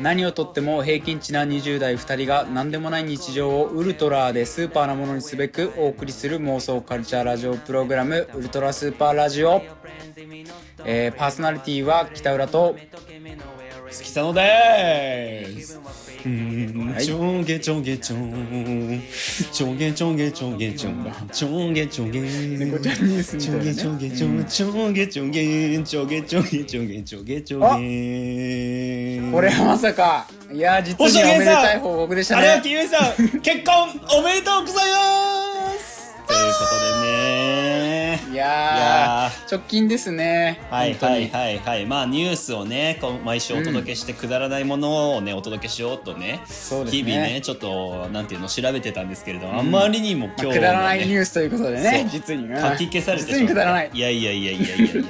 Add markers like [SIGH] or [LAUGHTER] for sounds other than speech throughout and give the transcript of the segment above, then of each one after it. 何をとっても平均値な20代2人が何でもない日常をウルトラでスーパーなものにすべくお送りする妄想カルチャーラジオプログラム「ウルトラスーパーラジオ」えーパーソナリティは北浦と月佐野でーす。うーんはいちょんげちょんげちょん。ちょんげちょんげちょんげちょん。ちょんげちょんげ。猫ちゃんニュースみちたいょんなねげちょんげちょん。ちょんげちょんげ。ちょんげちょんげちょんげちょんげちょんげ。これはまさかいやー実におめでたい報告でしたあれはねキムさん、結婚おめでとうございますということでね。いいややー直近ですねはい本当はいにはいはい。まあニュースをね、こう毎週お届けしてくだらないものをね、お届けしようとね、そうですね日々ね、ちょっと、なんていうの、調べてたんですけれど、あまりにも今ま日、ねあくだらないニュースということでねそう実にね書き消されて実にくだらないいやいやいやいやいやいや。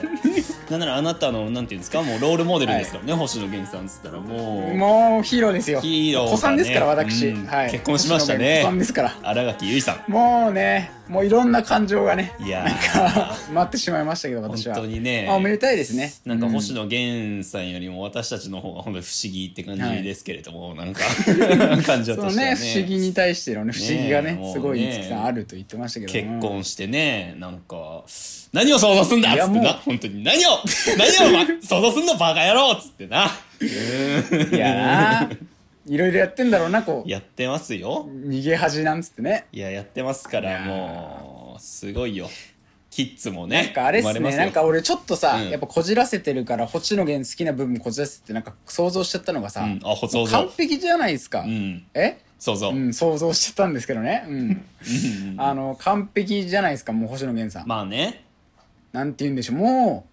[LAUGHS] なんならあなたの、なんていうんですか、もうロールモデルですからね、星野源さんっつったらもう、もうヒーローですよヒーローだね子さんですから私、うんはい、結婚しましたね子さんですから新垣結衣さん。もうねもういろんな感情がね [LAUGHS] いやー待ってしまいましたけど本私は当にね、あおめでたいですねなんか星う野源さんよりも私たちの方が本当に不思議って感じはいですけれども、なんか [LAUGHS] 感情そとのしてはねね不思議に対してのね不思議がねねえもうねすごい五木さんあると言ってましたけど結も婚してねなんか何を想像すんだいっやつってもなう本当に何を [LAUGHS] 何を、ま、想像すんのバカ野郎っつってないやーいろいろやってんだろうなこう [LAUGHS] やってますよ逃げ恥なんつってねいややってますかいらやーもうすごいよキッズもねなんかあれっす生ねまますよなんか俺ちょっとさ、うんやっぱこじらせてるから星野源好きな部分こじらせてなんか想像しちゃったのがさ、うんあほ想像完璧じゃないですか、うんえ想像、うん、想像しちゃったんですけどね、うん、あの完璧じゃないですかもう星野源さん、まあねなんて言うんでしょうも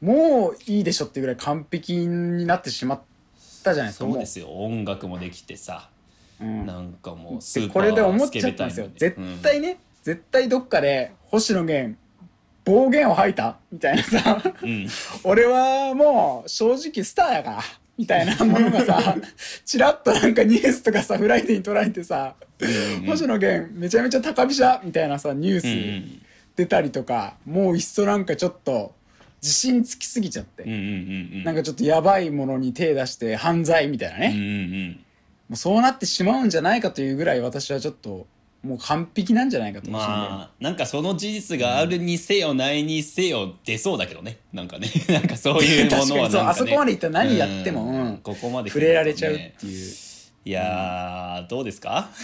うもういいでしょっていうぐらい完璧になってしまったじゃないですかそうですすよ音楽もできてさなんかもうスーパーこれで思っちゃったんですよスケベ絶タイ対ムでね、絶対どっかで星野源暴言を吐いたみたいな [LAUGHS] さうん俺はもう正直スターやからみたいなものが [LAUGHS] さチラッとなんかニュースとかさフライデーに捉えてさ、 [LAUGHS] 星野源めちゃめちゃ高飛車みたいなさニュース、うんうん出たりとかもういっそなんかちょっと自信つきすぎちゃって、うんうんうんうんなんかちょっとやばいものに手出して犯罪みたいなね、うんもうんうそうなってしまうんじゃないかというぐらい私はちょっともう完璧なんじゃないかうとん思って、まあなんかその事実があるにせよないにせよ出そうだけどねなんかね [LAUGHS] なんかそういうものはなんか、ね、確かにそうあそこまでいったら何やってもうんうんここまで来触るとねれられちゃうっていう、いやーどうですか [LAUGHS]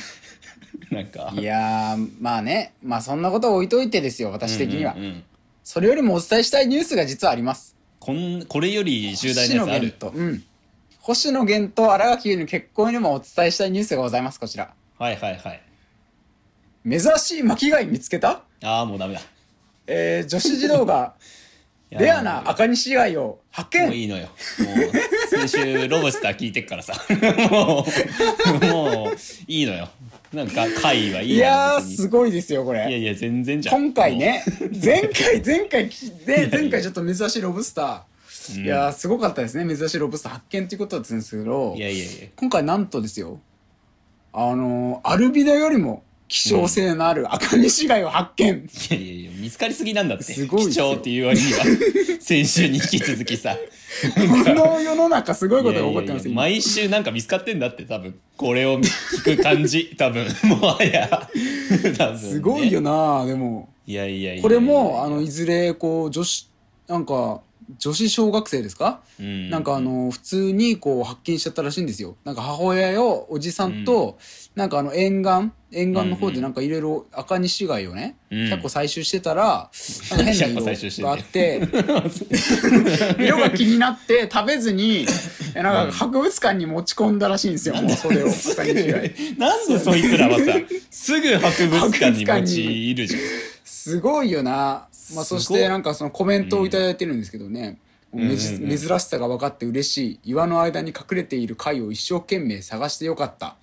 なんかいやーまあねまあそんなことは置いといてですよ私的には、うんうんうんそれよりもお伝えしたいニュースが実はありますこんこれより重大なやつあ星る野源と、うん、星野源と新垣結衣の結婚にもお伝えしたいニュースがございますこちらはいはいはい珍しい巻貝見つけたああもうダメだえー女子児童が [LAUGHS] いやーレアな赤西以外を発もう見いいのよ。もう、先週ロブスター聞いてっからさ。 [LAUGHS] もう、もう、いいのよ。なんか、会はいいいやー別にすごいですよこいやれいや、全然じゃん。今回ね前 [LAUGHS] 回前回きで前回ちょっと珍しいロブスターいやーすごかったですね珍しいロブスター発見ということだったんですけもどう。いやいやいや。今回なんとですよあのーアルビドよりも希少性のある赤西以外を発見いやいやいや、見つかりすぎなんだって。すごいです貴よ重っていう割に [LAUGHS] は、先週に引き続きさ。この世の中すごいことが起こってますいやいやいや今毎週なんか見つかってんだって、多分。これを聞く感じ、多分。もはや。多分ねすごいよ。なーでもいやいやいや。これもあのいずれこう女子なんか女子小学生ですか、うん、なんかあの普通にこう発見しちゃったらしいんですよなんか母親よおじさんと、なんかあの沿岸沿岸の方でなんかいろいろ赤西貝をね、うん100個採集してたら、なんか変な [LAUGHS] 100個採集して色んだがあよって [LAUGHS] 色が気になって食べずにえなんか博物館に持ち込んだらしいんですよ、もうそれをす赤ぐ西貝なんでそいつらはさ、すぐ博物館に持ち入るじゃん。すごいよな、まあ、すごそいしてなんかそのコメントを頂いただいてるんですけどね、めじうんうんうん珍しさが分かって嬉しい岩の間に隠れている貝を一生懸命探してよかった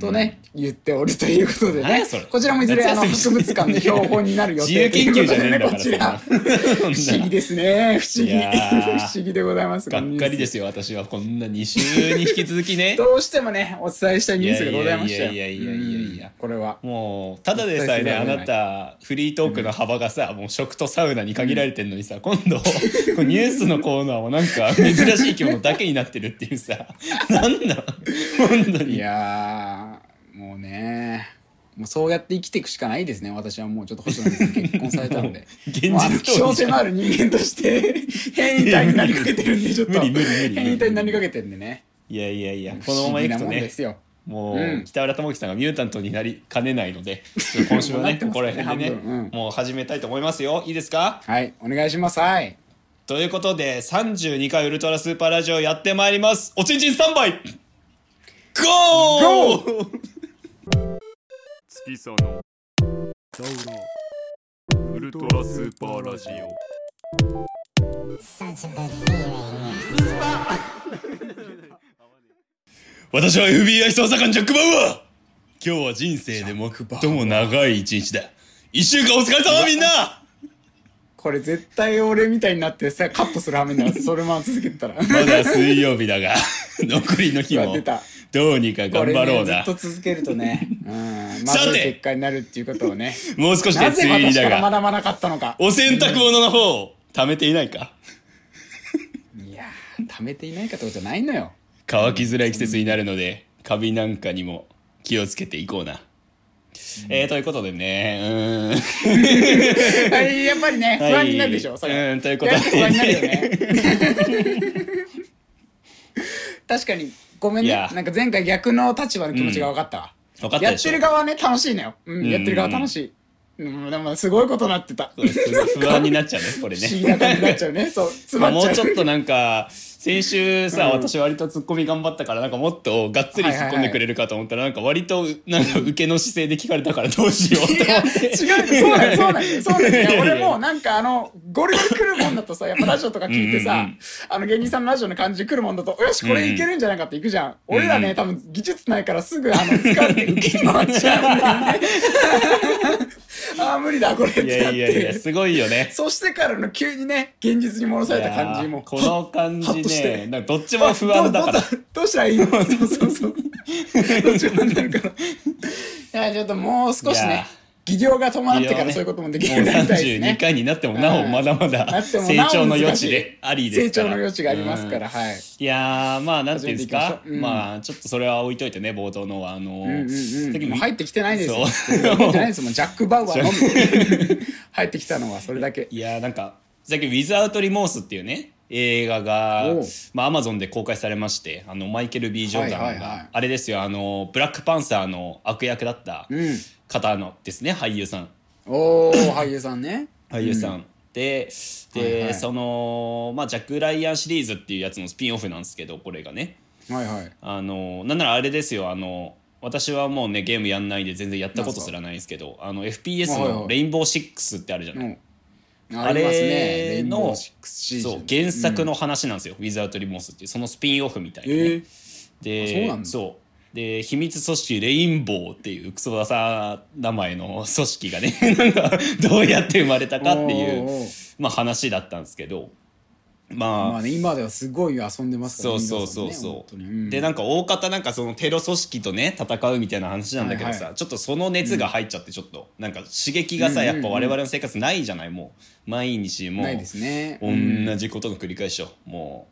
とね、言っておるということで何やねそれこちらもいずれあの夏休博み物館の標本になる予自由定という研究こじゃとねでねえんだこからちらそんな不思議ですね不思い議やー不思議でございますがっかりですよ、私は。こんな2週に引き続きね。どうしてもねお伝いしたいニュースがございましたよいやいやいやいやいやいや。これはもうただでさえねあ絶対なそれたフリートークの幅がさ、もう食とサウナに限られてんのにさ今度こうニュースのコーナーもなんか珍しい着物だけになってるっていうさなんだ本当いにやーもうねもうそうやって生きていくしかないですね私はもうちょっと星野さん結婚されたので [LAUGHS] 現実もうあの希少逃避性のある人間として [LAUGHS] 変異体になりかけてるんでちょっと無理無理無理変異体になりかけてるんでねいやいやいやこのままいく不と思議なもんねですよもう、うん北浦智樹さんがミュータントになりかねない [LAUGHS] のでちょっと今週はもうなねってますここねら辺でね半分うんもう始めたいと思いますよいいですかはいお願いしますはいということで32回ウルトラスーパーラジオやってまいりますおちんちんスタンバイゴー月さのウルトラスーパーラジオ私は FBI 捜査官ジャック・バウアー今日は人生でも最も長い一日だ一週間お疲れ様みんなこれ絶対俺みたいになってさカットするはめになるそれまま続けてた [LAUGHS] らまだ水曜日だが [LAUGHS] 残りの日うわも [LAUGHS] 出たどうにかこ頑れ張ろねうずなっと続けるとねうんまずい結果になるっていうことを [LAUGHS] ねもう少しでな梅ぜ雨入私りだからが学ばなかったのかお洗濯物の方を貯めていないかいやー貯めていないかってことじゃないのよ乾きづらい季節になるのでカビなんかにも気をつけていこうな、えー、ということでねうー [LAUGHS] んはいやっぱりね不安になるでしょ、はいそれうんということやでっぱ [LAUGHS] 不安になるよね [LAUGHS] 確かにごめんいねやなんか前回逆の立場の気持ちが分かったわ、分かったやでっしょてる側ね楽しいのよ、うんんやってる側楽しい、うん、でもすごいことなってたそうです不安になっちゃうねこれ不思議な感じになっね [LAUGHS] ちゃうねそう詰まあまもっちゃううちょっとなんか先週さ、うん私割とツッコミ頑張ったからなんかもっとがっつり突っ込んでくれるかと思ったら、なんか割となんか受けの姿勢で聞かれたからどうしようといや思って違うそうなんそうなんそうなんいや俺もうなんかあのゴリゴリ来るもんだとさやっぱラジオとか聞いてさうんうんうんあの芸人さんのラジオの感じで来るもんだとよしこれいけるんじゃないかっていくじゃん、俺らね多分技術ないからすぐあの疲れて受けに回っちゃ [LAUGHS] うんだよねあー無理だこれっていなやっていやいやすごいよねそしてからの急にね現実に戻された感いじやもーこの感ハッじとしねてなんかどっちも不安だからどどどうしたらいいのそうそうそうどっちも不安になるからいやちょっともう少しいやね技量が伴ってか技量らねそういうこともできるようもうになりたいです32ね回になってもなおまだまなだっても成なお長の余難しい地でありです成長からの余地がありますからはいいやーまあなんていうんです始めかていきましょううんまあちょっとそれは置いといてね冒頭のはあうんうのーんうんもう入ってきてないですよそう入ってきてないですもんジャック・バウアーのみ入ってきたのはそれだけいやーなんかさっき「ウィザウト・リモース」っていうね映画がおう、まあ、アマゾンで公開されましてあのマイケル・ B ・ジョーダンが、はいはいはいあれですよあのブラックパンサーの悪役だったうん方のですね、俳優さんおお俳優さんね俳優さん、でで、はいはいその、まあ、ジャック・ライアンシリーズっていうやつのスピンオフなんですけどこれがねはいはいあのなんならあれですよあの私はもうねゲームやんないで全然やったことすらないんですけどあの FPS はいはのい「レインボーシックスってあるじゃない、うんあありますねレイれンボのーシックスシーズンそう原作の話なんですよ「ウィザート・リモース」っていうそのスピンオフみたいな、ねえーあそうでなんだそうで秘密組織レインボーっていうクソダサ名前の組織がね [LAUGHS] なんかどうやって生まれたかっていおーおう、ーまあ、話だったんですけどまあまあね今ではすごい遊んでますからそうねそ皆さんねうそうそ本う、当にうんでなんか大方なんかそのテロ組織とね戦うみたいな話なんだけどさ、はいはちょっとその熱が入っちゃってちょっと、なんか刺激がさ、うんうんうやんっぱ我々の生活ないじゃないもう毎日もうないですね。同じことの繰り返しをも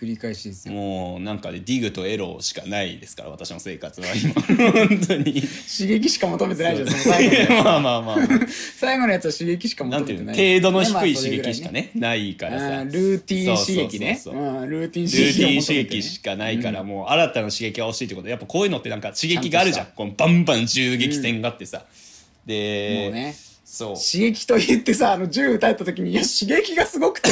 繰り返しですうよ。もうなんかでディグとエロしかないですから私の生活は今 [LAUGHS] 本当に刺激しか求めてないじゃん、その最後のやつ。 [LAUGHS] まあまあまあ [LAUGHS] 最後のやつは刺激しかな求めんていて [LAUGHS] うなのい。程度のまあ低い刺激しか。ねないかそれらぐらいさねうんルーティン刺激ね。そうそうそうそううんルーティンルー刺テ激をィ求ンめ刺てね激しかないから、もう新たな刺激が欲しいってことでやっぱこういうのってなんか刺激があるじゃんちゃんこのバンバン銃撃戦があってさ、でもうね。そう刺激と言ってさ、あの銃撃たれた時に、いや、刺激がすごくて、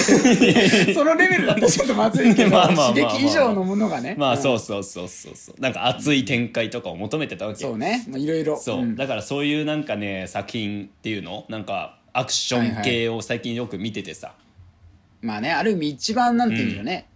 そのレベルだったらちょっとまずいけど、 [LAUGHS] まあまあまあまあ刺激以上のものがね。まあんそうそうそうそうそうなんか熱い展開とかを求めてたわけ、そうね。まあいろいろ。そう、んだからそういうなんかね作品っていうのなんかアクション系を最近よく見ててさ、まあね、ある意味一番なんていうんだろうね。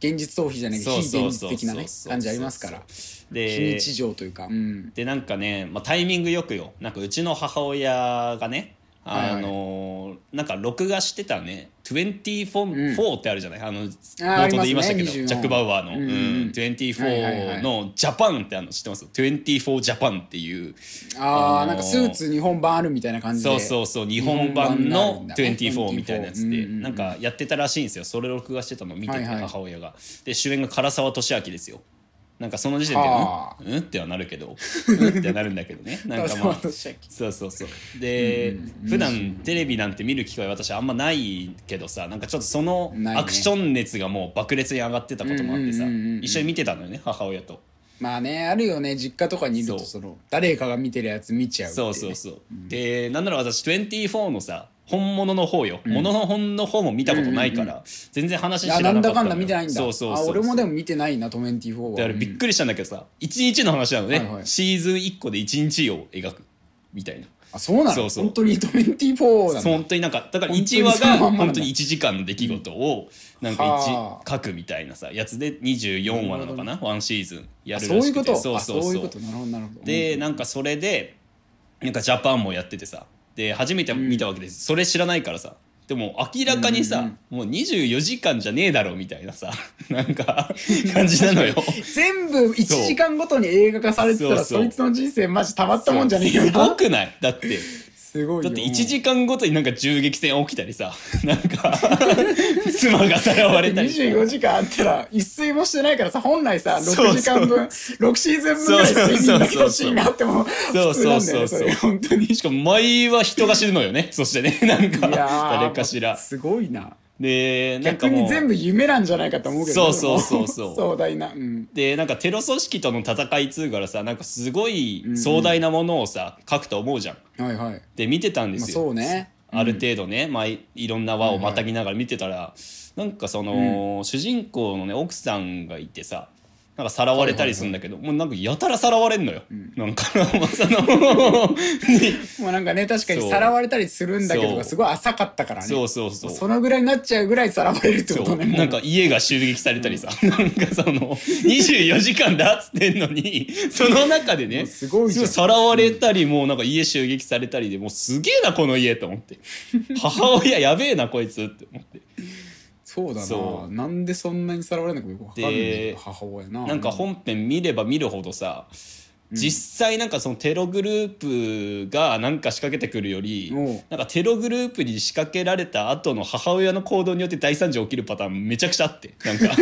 現実逃避じゃないけど、そう非そう現実そうそう的なね、感じありますから。非で日常というか。うん。でなんかね、まあ、タイミングよくよなんかうちの母親がねはいあのなんか録画してたね24、4ってあるじゃないあのあ冒頭で言いましたけど、ありますね24ジャック・バウアーうの、うんんうんはいはい24のジャパンってあるの知ってます ?24 ジャパンっていうあああのなーんかスーツ日本版あるみたいな感じでそうそうそう日本版の24みたいなやうつで、んうんうんなんかやってたらしいんですよそれを録画してたのを見てて、はいはい母親がで主演が唐沢俊明ですよなんかその時点ではあうんうんってはなるけどうんってはなるんだけどねなんか [LAUGHS] ま唐沢あ俊明そうそうそうで、普段テレビなんて見る機会私あんまないけどさなんかちょっとそのないねアクション熱がもう爆裂に上がってたこともあってさ、うんうんうんうん一緒に見てたのよね母親と。まあねあるよね実家とかにいるとそうその誰かが見てるやつ見ちゃうっていそうねそうそう、でなんなら私24のさ本物の方よ、物の本の方も見たことないから、全然話知あらなんなかっただのよかんだ見てないんだそうそうそうあ俺もでも見てないな24はであれびっくりしたんだけどさ1日の話なのね、はいはいシーズン1個で1日を描くみたいなあそうなのそうそう本当に24なんだ本当になんかだから本当に1話がそのまんまなんだ本当に1時間の出来事をなんかは一書くみたいなさやつで24話なのかなワンシーズンやあるそうらいしうこくてとあそういうことなるほどなるほどでうんなんかそれでなんかジャパンもやっててさで初めて見たわけです、それ知らないからさでも明らかにさ、もう24時間じゃねえだろみたいなさ [LAUGHS] なんか [LAUGHS] 感じなのよ。全部1時間ごとに映画化されてたらそうそうそいつの人生マジたまったもんじゃねえよすごなくないだってすごいだよって1時間ごとになんか銃撃戦起きたりさ [LAUGHS] なんか妻がさらわれたりさ24時間あったら一睡もしてないからさ本来さそうそう6時間分6シーズン分ぐらい睡眠だけ欲しいなってもそう普通そなうんだよそねそうそうれ本当にいしかも毎は人が死ぬのよねそしてね [LAUGHS] なんかやー誰かしらすごいなでなんか逆もうに全部夢なんじゃないかと思うけどねそうそうそうそ [LAUGHS] う壮大なうんでなんかテロ組織との戦いっつうからさなんかすごい壮大なものをさ、書くと思うじゃん。はいはいで見てたんでまあすよ、そうねある程度ね、まあ、いいろんな輪をまたぎながら見てたら、なんかその、主人公のね奥さんがいてさなんかさらわれたりするんだけど、もうなんかやたらさらわれんのよ、なんか [LAUGHS] まあ [LAUGHS] そのもうなんかね確かにそうさらわれたりするんだけどそうすごい浅かったからねそうそうそうそのぐらいになっちゃうぐらいさらわれるってこそとうねもうなんか家が襲撃されたりさ、なんかその24時間だっつってん [LAUGHS] のにその中でねすごいじゃんすさらわれたりもうなんか家襲撃されたりでもうすげえなこの家と思って母親やべえなこいつって思ってそうだそななんでそんなにさらわれないのかよくわかんないけでど母親ななんか本編見れば見るほどさ実際なんかそのテログループがなんか仕掛けてくるよりおうなんかテログループに仕掛けられた後の母親の行動によって大惨事起きるパターンめちゃくちゃあってなんか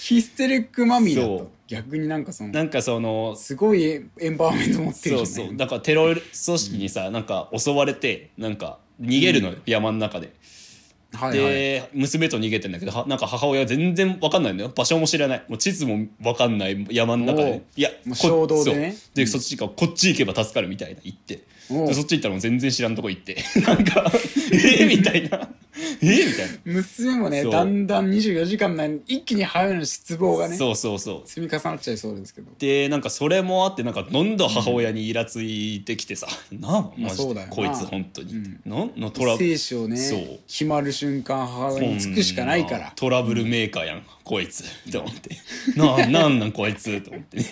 ヒステリックマミーだそとう逆になんかそのなんかそのすごいエンバーメント持ってるそうじゃそなういだからテロ組織にさ、なんか襲われてなんか逃げるのよ、山の中で。はいはいで、娘と逃げてんだけどはなんか母親全然わかんないんだよ場所も知らないもう地図もわかんない山の中おうでいやもうこ衝動でねそうでそっち行くからこっち行けば助かるみたいな言っておうでそっち行ったらもう全然知らんとこ行って [LAUGHS] なんかえみたいなえみたいな娘もねそうだんだん24時間内に一気に母親の失望がねそうそうそう積み重なっちゃいそうですけどでなんかそれもあってなんかどんどん母親にイラついてきてさ、なあマジそうだでよなこいつ本当に、うんののトラブ精ル子をそうね決まる瞬間母親につくしかないからトラブルメーカーやん、こいつと思 [LAUGHS] ってななんなんこいつと思ってね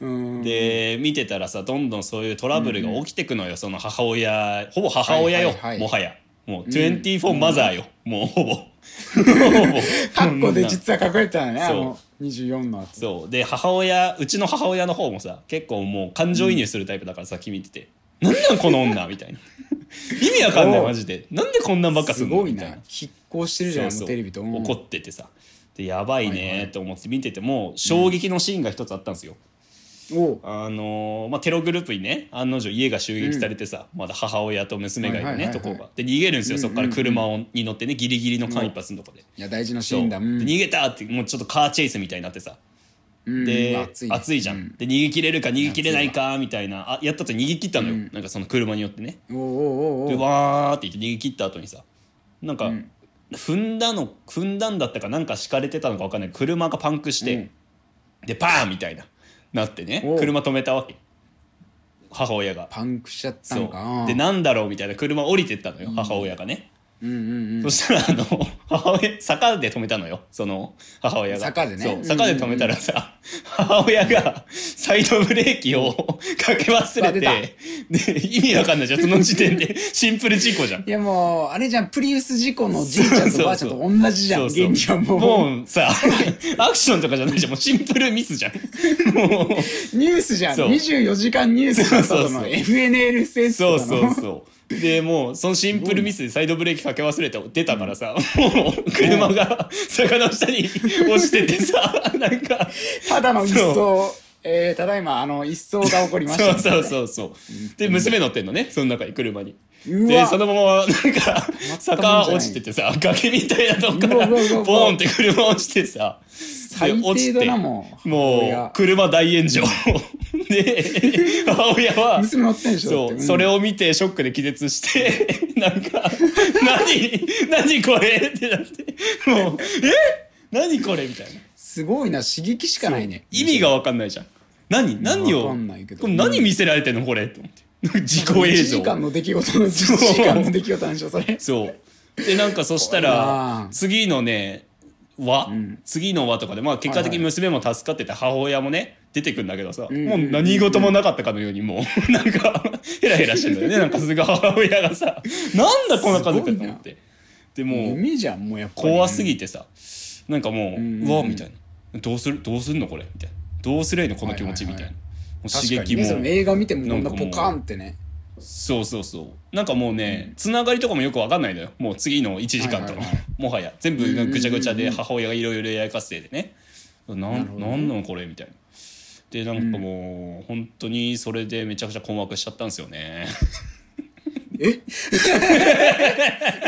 うんで見てたらさどんどんそういうトラブルが起きてくのよ、その母親ほぼ母親よ、はいはいはいもはやもう24マザーよ、もうほぼ [LAUGHS] ほぼカッコで実は隠れてたのねあそうの24の後そうで母親うちの母親の方もさ結構もう感情移入するタイプだからさ、君見てて「なんなんこの女」みたいな [LAUGHS] 意味わかんないおうマジでなんでこんなんばっかすすんのごいみなたいな拮抗してるじゃんそうそうテレビとうん怒っててさでやばいはいはねいと思って見てても衝撃のシーンが一つあったんですよ、おうあのーまあ、テログループにね案の定家が襲撃されてさ、まだ母親と娘がいるね、はいはいはいはいとこがで逃げるんですよ、うんうんうんそこから車をに乗ってねギリギリの間一髪のとこで、いや大事なシそうーンでだうん逃げたってもうちょっとカーチェイスみたいになってさうんで、うん暑熱いねじゃん、で逃げ切れるか逃げ切れないかみたいなあやったと逃げ切ったのよ、うんなんかその車によってねおうおうおでうおうわーって言って逃げ切った後にさなんか、ん踏んだの踏んだんだったかなんか敷かれてたのか分かんない車がパンクして、でパーンみたいななってねおう車止めたわけ母親がパンクしちゃったそのかうでなんだろうみたいな車降りてったのよ、母親がねうんうんうんそしたらあの母親 [LAUGHS] 坂で止めたのよその母親が坂でねそううん坂で止めたらさ、母親がサイドブレーキをかけ忘れあ出たてで意味わかんないじゃんその時点でシンプル事故じゃんいやもうあれじゃんプリウス事故のじいちゃんとばあちゃんと同じじゃんそうそう現状もうもうさアクションとかじゃないじゃんもうシンプルミスじゃんもうニュースじゃんそう24時間ニュースだったそうとそうそうの FNL センスそうとかそのうそう。でもうそのシンプルミスでサイドブレーキかけ忘れて出たからさ、もう車が坂の下に落ちててさ、なんか、ただの一層えー、ただいまあの一層が起こりましたそね、うそうそうそう。で、娘乗ってんのね、その中に車に。うで、わそのまま、なんか、全くもんじゃない坂落ちててさ、崖みたいなとこかうわら、うわうわうわボーンって車落ちてさ、で最低だなもう母もう親、車大炎上。 [LAUGHS] で、母親は、娘乗ってんでしょだっそてう、んそれを見てショックで気絶して、 [LAUGHS] なんか、何、何これってなって、もう、え何これみたいな。すごいな刺激しかないね意味がわかんないじゃん。何何わをかんないけどこれ何見せられてんのこれと思って。自己映1像時。間の出来事の1時間の出来事なんでしょそれそう。で、なんかそし怖たいらな、次のね、和、ん次の和とかで、まあ結果的に娘も助かってて、母親もね、出てくんだけどさ、んもう何事もなかったかのように、もう、 [LAUGHS] なんか、ヘラヘラしてんだ [LAUGHS] よね。なんかすぐ母親がさ、なんだこんな家族だと思って。でもう、夢じゃんもうやっぱり怖すぎてさ、なんかもう、んうわ、みたいな。どうするどうすんのこれみたいな。どうすりゃいいのこの気持ち、はいみはいたいはいな。もう刺確か激にねそのも。映画見てもこんななんかもポうカンってねそうそうそうなんかもうねつながりとかもよくわかんないのよもう次の1時間はといのはいはいもはや全部うんうんうんぐちゃぐちゃで母親がいろいろややかせでねなんなるほんどなのこれみたいなでなんかもう本当にそれでめちゃくちゃ困惑しちゃったんですよねえ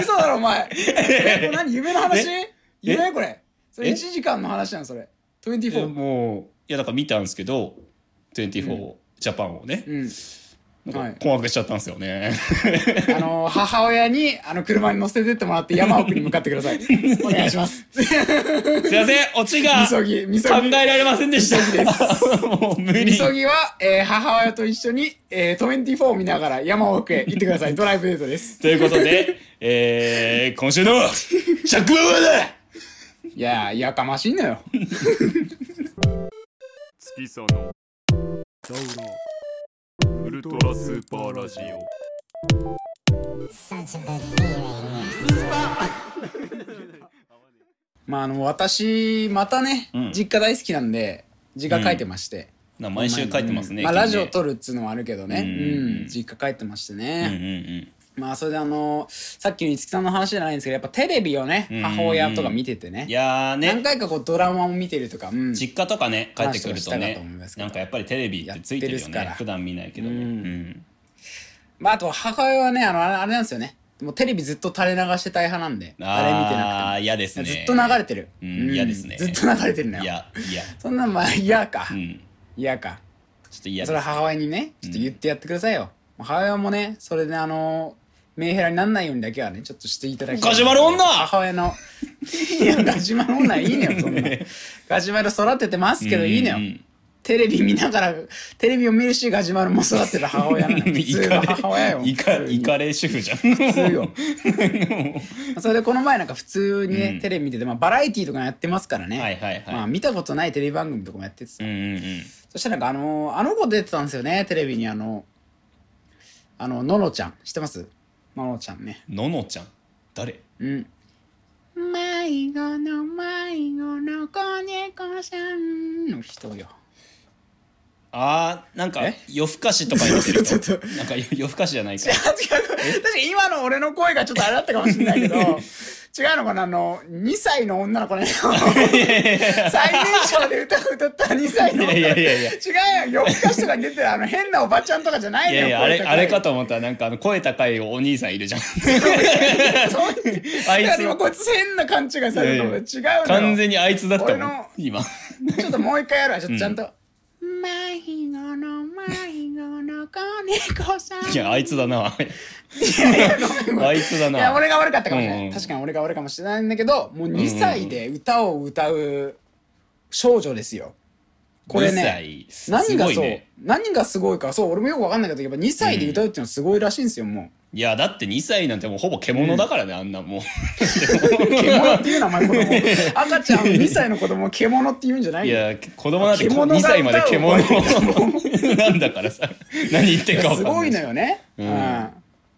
嘘だろお [LAUGHS] 前えこれ何夢の話夢これそれえ1時間の話なのそれで24もういやだから見たんですけど24ジャパンをねうんなんか困惑しちゃったんですよねあの母親にあの車に乗せてってもら [LAUGHS] って山奥に向かってくださいお願いします [LAUGHS] すいませんオチがみ考そぎみそぎえられませんでした [LAUGHS] もう無み理そぎは、えー母親と一緒に、えー、24を見ながら山奥へ行ってくださ [LAUGHS] い。ドライブデートです。ということで、えー、今週の [LAUGHS] ジャックマンはだいやー、やかましいのよ。月さのダウロウルトラスーパーラジオまあ、あの、私、またね、うん実家大好きなんで、字が書いてまして。な毎週書いてますね。まあ、君ねラジオ撮るっつうのはあるけどね。ううんん、実家帰ってましてうんね。うんまあ、それであの、さっきの五木さんの話じゃないんですけど、やっぱテレビをねう、ん母親とか見ててうん。いね。やー何ね、回かこうドラマを見てるとか、うん。実家とかね、帰って話とくるとかしたかねと思いますけどなんかやっぱりテレビってついてるやよってるっすからね。普段見ないけどね。うんまあ、あと母親はね、あの、あれなんですよね。もうテレビずっと垂れ流してたい派なんで、あれ見てなくてもあ。ー嫌ですね。ずっと流れてる。うん嫌ですねずっと流れてるのいよ。や、いや、そんなんまあ [LAUGHS] 嫌かう。ん。嫌か。ちょっと嫌それではす。母親にね、ちょっと言ってやってくださいよ。母親もね、それであの、メンヘラにならないようにだけはね、ちょっとしていただきたい。ガジュマル女母親の。 [LAUGHS] いや、ガジュマル女いいのよ、そんな。ガジュマル育ててますけどいいのよ。うんうんテレビ見ながら、テレビを見るし、ガジュマルも育てる母親 [LAUGHS] なのよ。普イ通のカ母親よ。レ、イカ普通レ、にイカレ主婦じゃん。普通よそれでこの前なんか普通にね、テレビ見てて、まあ、バラエティーとかやってますからね、 [LAUGHS] はいはいはいまあ、見たことないテレビ番組とかもやっててさ、うんうんうん。そしたらなんかあのーあの子出てたんですよねテレビにあのあのののちゃん知ってますののちゃんねののちゃん。誰うん迷子の迷子の子猫さんの人よあー、なんかえ夜更かしとかに似 [LAUGHS] てる人そうそうそなんか夜更かしじゃないか。違う確かに今の俺の声がちょっとあれだったかもしれない [LAUGHS] けど違うのかなあの2歳の女の子ね最年少で歌を歌った2歳のい女やの子いやいやいや。違うよ夜更かしとかに出てるあの変なおばちゃんとかじゃないいのよやいや、あれ、声高あれかと思ったら、なんか、あの、声高いお兄さんいるじゃ [LAUGHS] ん。そういうあいいやつでもこいつ変な勘違いされるの違うの完全にあいつだった俺もんの。今。ちょっともう一回やるわちょっとちゃんと「迷子の迷子の子猫さん」いや、あいつだな。いやいやごめんごめんあいつだいやな。俺が悪かったかもしれない、うんうん確かに俺が悪かもしれないんだけどもう2歳で歌を歌う少女ですよこれね2歳何がすそう、ごいね [LAUGHS] 何がすごいかそう俺もよく分かんないけどやっぱ2歳で歌うっていうのはすごいらしいんですよもういやだって2歳なんてもうほぼ獣だからね、あんなもう獣っていう名前子供赤ちゃん2歳の子供を獣って言うんじゃないいよや子供なんて獣が2歳まで獣歌をなんだからさ何言ってんか分すかんないごいのよね、うんうん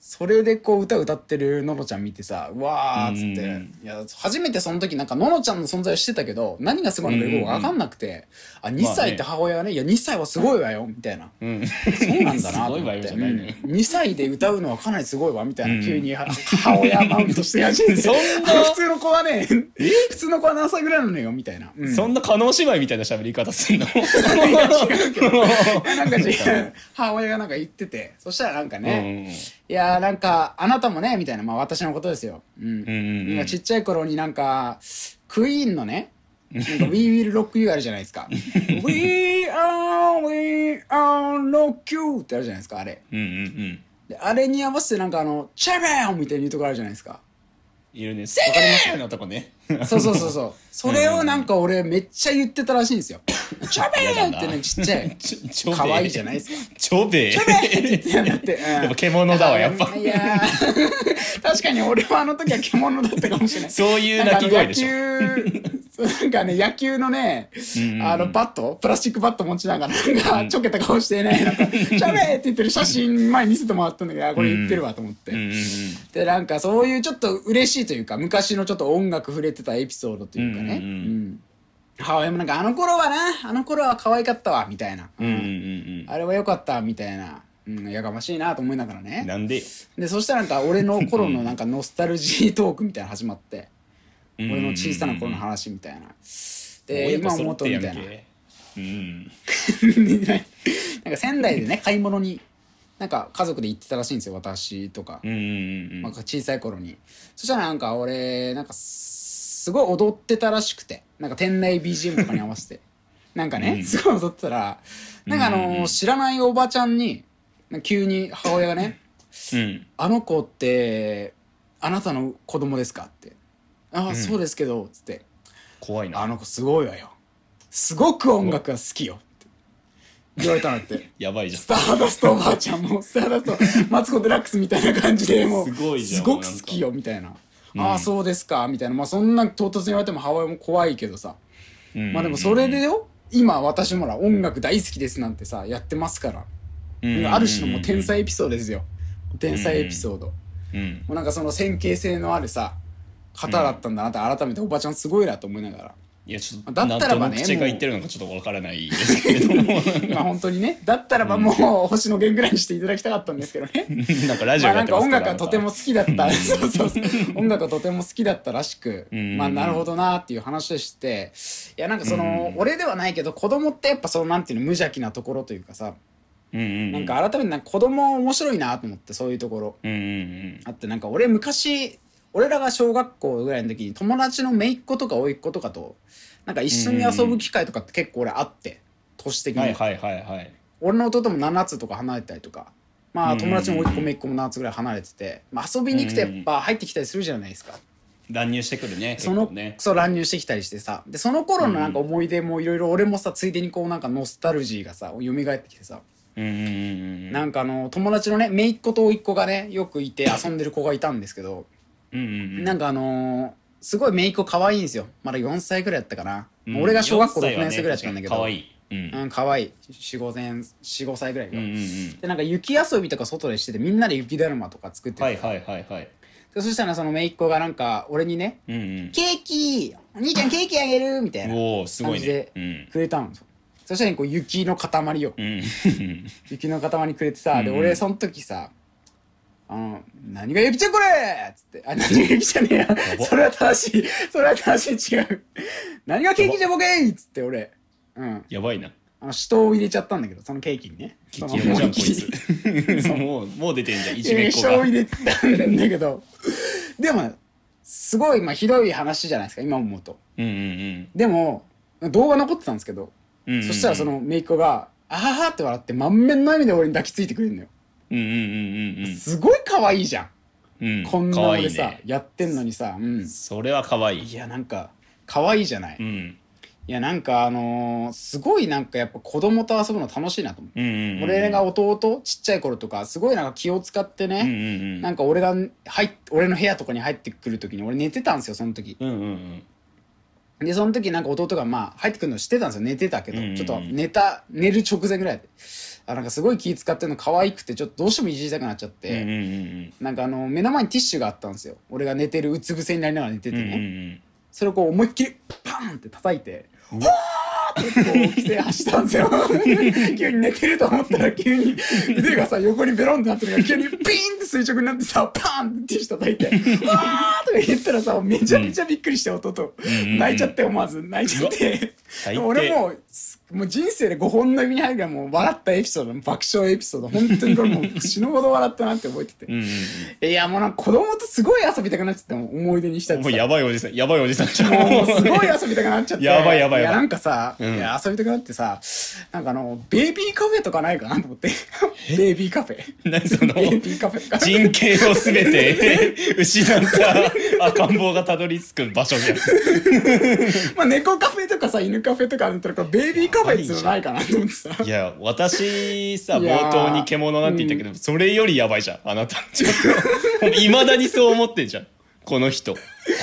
それでこう歌歌ってるののちゃん見てさうわーっつって、うんいや初めてその時なんかののちゃんの存在をしてたけど何がすごいのかよく分かんなくて、あ2歳って母親はねいや2歳はすごいわよみたいな。うんそうなんだな [LAUGHS] すとごい思わっよて、じゃうないのん、よ2歳で歌うのはかなりすごいわみたいな、うん急に母親マウントしてやじん [LAUGHS] そんな普通の子はね普通の子は何歳ぐらいなのよみたいな、うんそんな加納姉妹みたいな喋り方すんのいや違うけど [LAUGHS] なんか違う母親がなんか言っててそしたらなんかね、いやーなんかあなたもねみたいなまあ私のことですよ。うんうんうんなうんかんちっちゃい頃になんかクイーンのねなんか We Will Rock You あるじゃないです [LAUGHS] か。We are We are Rock You ってあるじゃないですかあれ。うんうんうんであれに合わせてなんかあのチャベンみたいに言うとこあるじゃないですか。いるねわかりますよね男ね [LAUGHS] そうそうそう [LAUGHS] そう。それをなんか俺めっちゃ言ってたらしいんです [LAUGHS] よ。チャベンってねちっ [LAUGHS] ちゃい。ちょちょべえ可愛いじゃないですか。ちょべえチャベンって言ってなって。うんやっぱ獣だわやっぱいやー [LAUGHS] 確かに俺はあの時は獣だったかもしれない。そういう鳴き声でしょょ。なんかね野球のね、うんあのバットプラスチックバット持ちながらなんかちょけた顔してねなん [LAUGHS] か「しゃべ!」って言ってる写真前見せてもらったんだけどあこれ言ってるわと思って、うんうんうんでなんかそういうちょっと嬉しいというか昔のちょっと音楽触れてたエピソードというかね、うんうんうん母親もなんか「あの頃はなあの頃は可愛かったわ」みたいな、うんうんあれは良かった」みたいな、うん、やかましいなと思いながらねうんなんでよでそしたらなんか俺の頃のなんかノスタルジートークみたいなの始まってうん俺の小さな頃の話みたいなで親子今思揃うっとてやみんけたいなうんなん [LAUGHS] か仙台でね買い物になんか家族で行ってたらしいんですよ私とかうんうんうんうまあん小さい頃にそしたらなんか俺なんかすごい踊ってたらしくてなんか店内 BGM とかに合わ [LAUGHS] せてなんかね、うんすごい踊ってたらなんかあのーうんうんうん知らないおばちゃんになんか急に母親がねうん「あの子ってあなたの子供ですか?」って「ああ、んそうですけど」つって怖いなあの子すごいわよ。すごく音楽が好きよ。って言われたの [LAUGHS] って。やばいじゃんスターダストおばあちゃんも、スターダスト、マツコ・デラックスみたいな感じでもう、すごいじゃんすごく好きよ、みたいな。んああ、そうですか、みたいな。まあそんな唐突に言われても母親も怖いけどさ。うんまあでもそれでよ、今私もら音楽大好きですなんてさ、やってますから。うんうんうんある種のもう天才エピソードですよ。天才エピソード。うんもうなんかその線形性のあるさ、方だったんだなって改めておばちゃんすごいなと思いな [LAUGHS] がら。いやちょっとだったらばねなんとなく口が言ってるのかちょっとわからないですけれどもまあ本当にねだったらばもう星野源ぐらいにしていただきたかったんですけどね [LAUGHS] なんかラジまあオやなっんてかます音から楽がとても好きだったそうそうそう音楽がとても好きだったらしくうんまあなるほどなっていう話でしていやなんかその俺ではないけど子供ってやっぱそのなんていうの無邪気なところというかさうんうんなんか改めてなんか子供面白いなと思ってそういうところうんうんあってなんか俺昔俺らが小学校ぐらいの時に友達の姪っ子とか甥っ子とかとなんか一緒に遊ぶ機会とかって結構俺あって年的うんはにい。はいはいはい俺の弟も7つとか離れてたりとかまあうん友達の甥っ子姪っ子も7つぐらい離れてて、まあ、遊びに行くとやっぱ入ってきたりするじゃないですか、乱入してくるねその結構ねそう乱入してきたりしてさでその頃のなんか思い出もいろいろ俺もさついでにこうなんかノスタルジーがさ蘇ってきてさ、うんうんうんなんかあの友達のね姪っ子と甥っ子がねよくいて遊んでる子がいたんですけど、うんうんなんかあのーすごい姪っ子可愛いんですよまだ4歳ぐらいだったかな、うん俺が小学校6 4歳はね年生ぐらいだったんだけど、可愛いうんうん可愛い45年45歳ぐらいかうんうんうんでなんか雪遊びとか外でしててみんなで雪だるまとか作ってて、はいはいはいはいでそしたらその姪っ子がなんか俺にねうんうん「ケーキお兄ちゃんケーキあげる!」みたいなおおすごいねう感んくれたのそしたらこう雪の塊をうん [LAUGHS] 雪の塊くれてさでうん俺その時さ「あの何が雪じゃこれ!」っつって「あ何が雪じゃねえやばそれは正しいそれは正しい違う何がケーキじゃボケー!」っつって俺うんやばいなあの死闘を入れちゃったんだけどそのケーキにね激その弱じゃ思いっんこいきり [LAUGHS] つもうもう出てんじゃんいじめっ子醤が入れたんだけどでもすごいまあひどい話じゃないですか今思うとうんうんでも動画残ってたんですけど、うんうんうんそしたらその姪っ子が「あはは」って笑って満面の笑みで俺に抱きついてくれるのよ、うんうんうんうんすごい可愛いじゃん、うんうんこんな可愛俺いさ、ねやってんのにさ、うん、それは可愛いいやなんか可愛いじゃない、うんいやなんかあのーすごいなんかやっぱ子供と遊ぶの楽しいなと思う、うんうんうん、俺が弟ちっちゃい頃とかすごいなんか気を使ってうんうね、んうなんんか俺が入っ俺の部屋とかに入ってくる時に俺寝てたんですよその時うんうんうんでその時なんか弟がまあ入ってくるの知ってたんですよ寝てたけど、うんうんちょっと寝た寝る直前ぐらいであなんかすごい気使ってるの可愛くてちょっとどうしてもいじりたくなっちゃっうんうんて、なんかあの目の前にティッシュがあったんですよ俺が寝てるうつ伏せになりながら寝てうんうんてうね、んうんそれをこう思いっきりパーンって叩いて「ほー!」ってこう規制走ったんです [LAUGHS] よ急に寝てると思ったら急に腕がさ横にベロンってなってるから急にピーンって垂直になってさパーンってティッシュ叩いて「わー!」とか言ったらさめちゃめちゃびっくりして弟うん泣いちゃって思わず泣いちゃって最低俺もうすもう人生で5本の指に入るぐらいもう笑ったエピソード爆笑エピソード本当にこれもう死ぬほど笑ったなって覚えてて。うんうんいやもうなんか子供とすごい遊びたくなっちゃってもう思い出にしたうりんさもうやばいおじさんやばいおじさんじゃんもうすごい遊びたくなっちゃって。やばいやばいやばいや、なんかさ、うんいや遊びたくなってさ、なんかあの、ベイビーカフェとかないかなと思って。ベイビーカフェ。 [LAUGHS] 何 [LAUGHS] そのベイビーカフェとか。人権をすべて [LAUGHS] 失った赤ん坊がたどり着く場所じゃんまあ、猫カフェとかさ、犬カフェとかあるんだったら、これベイビーカフェっていうのないかなと思ってさ。いや私さいやー冒頭に獣なんて言ったけど、それよりやばいじゃんあなたいまだにそう思ってんじゃんこの人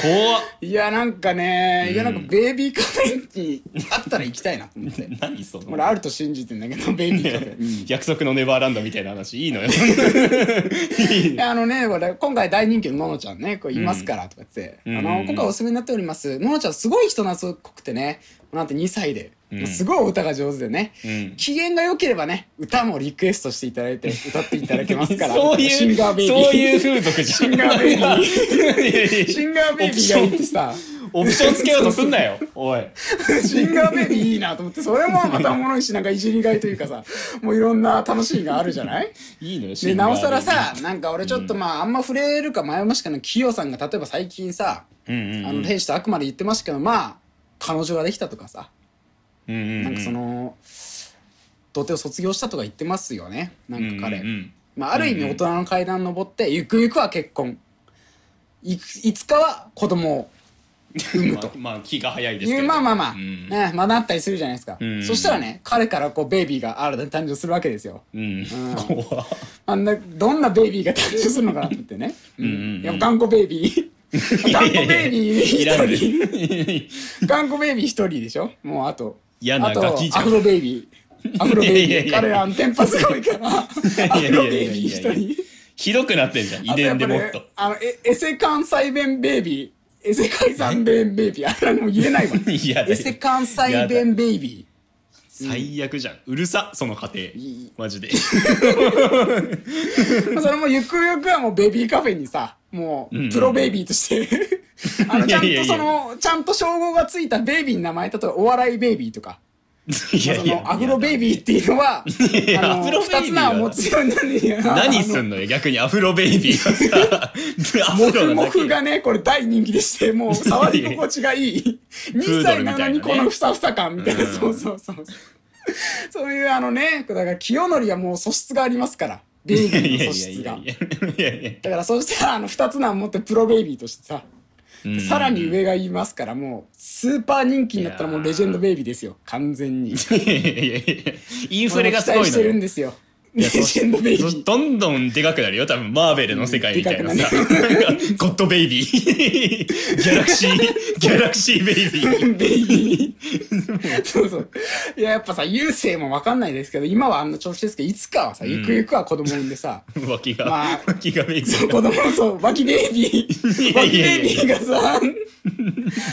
怖っいや、なんかね、いや、なんかベイビーカフェにあったら行きたいなと思 [LAUGHS] って。何その俺、あると信じてんだけど、ベイビーカフェ。うん約束のネバーランドみたいな話いいのよいやあのね、これ今回大人気のののちゃんね、こう言いますからとか言って、んあうんうんのうん今回おすすめになっております。ののちゃんすごい人懐っこくてね、なんて2歳で、うんすごいお歌が上手でね、うん機嫌が良ければね、歌もリクエストしていただいて歌っていただけますから。そういうシンガーベイビー。そういう風俗じゃんシンガーベイビーシンガーベイビーがいいってさ、オプションつけようとすんなよおいシンガーベイビーいいなと思って、それもまたおもろいし、なんかいじりがいというかさ、もういろんな楽しみがあるじゃないいいのよシでンガーなベおイビーさらさなんか俺ちょっとまあ、あんま触れるか前もしかのキヨさんが例えば最近さ、うんうんうんあの天使とあくまで言ってましたけどまあ彼女ができたとかさうんうんうんなんかその土手を卒業したとか言ってますよねなんか彼、うんうんまあ、ある意味大人の階段登って、ゆくゆくは結婚いいつかは子供をうん産むとまあまあ気が早いですいけうどまあまあまあ、うんね、まだあったりするじゃないですか、うんそしたらね彼からこうベイビーが新たに誕生するわけですようんん怖っあんなどんなベイビーが誕生するのかなと思ってね。うんうんうんいや頑固ベイビ [LAUGHS] ー。頑固ベイビーいらん一人。で頑固ベイビー一人でしょもうあと。嫌なあとガキじゃんアフロベイビー。アフロベイいやビいやー。いや彼らのテンパすごいから。アやいフやいやロいやベイビー一人。ひどくなってんじゃん遺伝でもっと [LAUGHS] あやぱねあの、えエセ関西弁ベイビー。エセ関西弁ベイビー。あれもう言えないわ。 [LAUGHS] いやだエよセ関西弁ベイビ最悪じゃんうるさその家い庭いマジでー。まあ [LAUGHS] それもゆくゆくはもうベビーカフェにさ、もうプロベイビーと [LAUGHS] して。あの、ちゃんいやといやそいの、ちゃんと称号がついたベイビーの名前、例えばお笑いベイビーとか、いやそいやのアフロベイビーっていうのは、やあアの、フロベイビーは二つ名を持つようになる [LAUGHS] 何すのんのよ逆にアフロベイビーがさ [LAUGHS] アモフロフなモだけフがね、これ大人気でして、もう触り心地がい [LAUGHS] い。2ードル歳みなたのいなねにこのふさふさ感みたいな。うんそうそうそう。そういうあのね、だから清則はもう素質がありますから、ベイビいーやの素いや質がいやい。やいやいやだからそしたらあの2つ名を持ってプロベイビーとしてさ、んさらに上がいますからもうスーパー人気になったらもうレジェンドベイビーですよ完全 [LAUGHS] にいやいやいやインフレがす期ご待いしのてるんよですよレジェンドベイビーどんどんでかくなるよ多分マーベルの世界みたいなさ [LAUGHS] ゴッドベイビー [LAUGHS] ギャラク [LAUGHS] シーギャラクシーベイビーベイビー [LAUGHS] そうそういややっぱさ優勢も分かんないですけど今はあんな調子ですけどいつかはさ、ゆくゆくは子供産んでさ [LAUGHS] 脇が、まあ脇がベイビそうー子供そう脇ベイビーいや脇いやベイいビやーがさ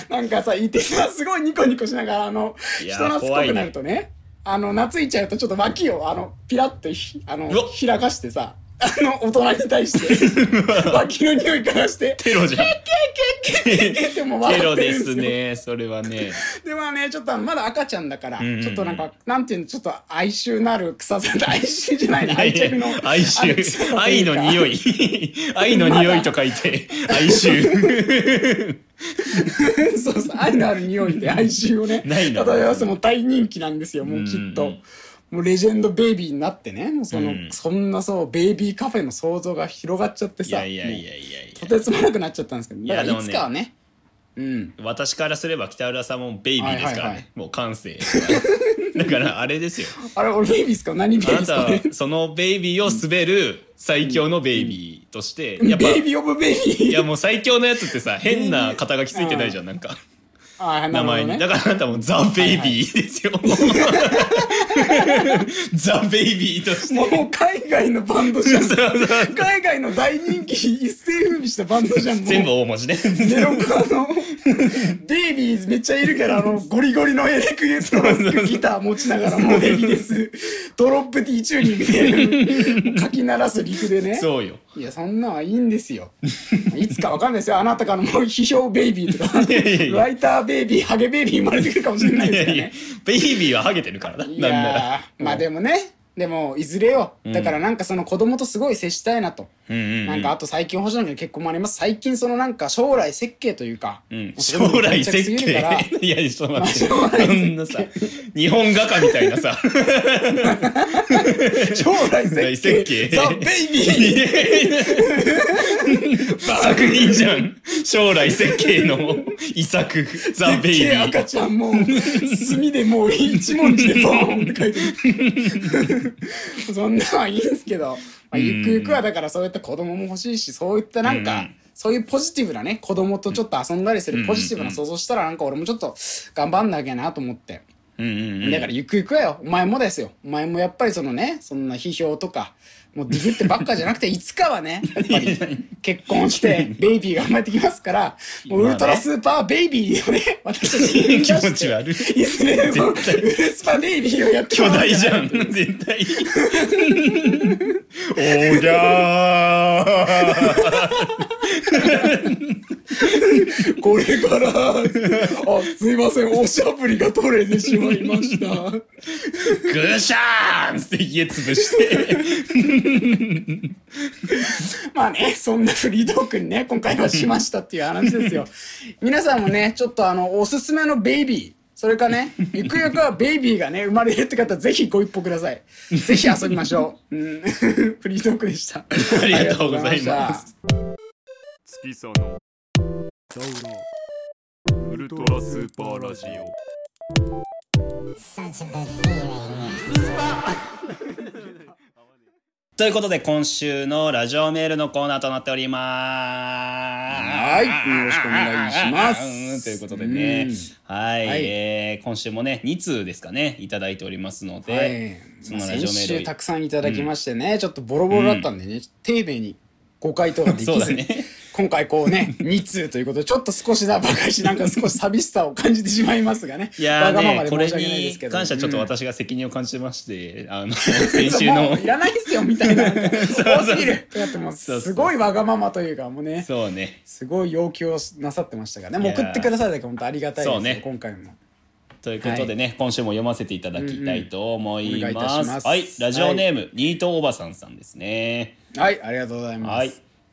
なんかさいてさすごいニコニコしながらあのいや人懐っこくなるとねあの懐いちゃうとちょっと脇をあのピラッとひあのうわ開かしてさあの大人に対 [LAUGHS] して脇の匂いからしてテロじゃんケッケッでもう笑テロってでるんですすよねそれはねでもねちょっとあのまだ赤ちゃんだから、んうんちょっとなんかなんていうのちょっと哀愁なる臭さ哀愁じゃないな愛着のあ哀の臭さという愁か愛の匂い [LAUGHS] 愛の匂いと書いて哀愁 [LAUGHS] そうそう、愛のある匂いで哀愁をね、 [LAUGHS] ないの漂わすもう大人気なんですよ、もうきっうんうとん。もうレジェンドベイビーになってね、もうその、うんそんなそう、ベイビーカフェの想像が広がっちゃっていさ、やいやいやもいやいうとてつもなくなっちゃったんですけど、やだからでもいねつかはね、うん私からすれば北浦さんもベイビーですからね、はいはいはいもう感性だからあれですよあれ俺ベイビーですか何ベイビーあでなすたかねはそのベイビーを滑る最強のベイビーとしてやっぱベイいビーオブベイビーやもう最強のやつってさ変な肩書きついてないじゃんなんかあーな名るほど前ねにだからあなたもザ・ベイビーですよザ・ベイビーとしてもう海外のバンドじゃんそうそう海外の大人気一世風靡したバンドじゃんもう全部大文字ねゼロコアのベイビーズめっちゃいるからあの [LAUGHS] ゴリゴリのエレクエストロックギター持ちながらもうベイビーですドロップティーチューニングでかき鳴らすリフでねそうよいやそんなんはいいんですよいつかわかんないですよあなたからも批評ベイビーとかいやいやいやライターベイビーハゲベイビー生まれてくるかもしれないいですやからいねやベイビーはハゲてるからななんいなやらーまあでもねでもいずれよだからなんかその子供とすごい接したいなと、うんうんなうんんかあと最近欲しいのが結婚もあります最近そのなんか将来設計というか、うん、そ将れもめちゃくちゃ来設強いから計いやちょっと待ってまあ将来設計そんなさ日本画家みたいなさ将来設計設計ザ・ベイビー作品じゃん将来設計の遺作「ザ・ベイビ設計ー赤ちゃんもう墨でもう一文字でボーンって書いてるそんなんはいいんですけど、まあ、ゆくゆくはだからそういった子供も欲しいしそういったなんか、うんそういうポジティブなね子供とちょっと遊んだりするポジティブな想像したらなんか俺もちょっと頑張んなきゃなと思って。」うんうんうんだからゆくゆくはよお前もですよお前もやっぱりそのねそんな批評とかもうディグってばっかじゃ [LAUGHS] なくていつかはねやっぱり結婚してベイビーが生まれてきますからもうウルトラスーパーベイビーをね [LAUGHS] 私たちに生み出して気持ち悪いいずれもウルスパベイビーをやってもらう巨から大じゃん絶対おぎゃーこれから [LAUGHS] あすいませんおしゃぶりが取れてしまいましたぐしゃーんって家潰してまあね、そんなフリートークにね、今回はしましたっていう話です [LAUGHS] よ。皆さんもね、ちょっとあの、おすすめのベイビー、それかね、ゆくゆくはベイビーがね、生まれるって方、ぜひご一歩ください。ぜひ遊びましょう。うん [LAUGHS] フリートークでした。ありがとうございます。月さのダウロウルトラスーパーラジオということで今週のラジオメールのコーナーとなっております。はいよろしくお願いしますうんということでねうん、はい、はいえー今週もね2通ですかねいただいておりますので、そはのい。ラ先ジオメール週たくさんいただきましてね、ちょっとボロボロだったんでね、丁寧にご回答ができそうだず、 [LAUGHS] ね今回こうね、2通ということで、ちょっと少しだばかりし、なんか少し寂しさを感じてしまいますがね。いやわーがままでねこれ申し訳ないでにすけど感謝ちょっとうん私が責任を感じてまして、[LAUGHS] あの先週ものういらないですよみたい [LAUGHS] な多すぎるってなってますそうそうすごいわがままというかもうねそうねすごい要求をなさってましたからねもういや送ってくださるだけ本当ありがたいですそうよ、ね今回もということでね、今週も読ませていただきたいと思いうんうんおます。願いいたしますはいラジオネーム、ニートおばさんさんですね。はいありがとうございます、はい。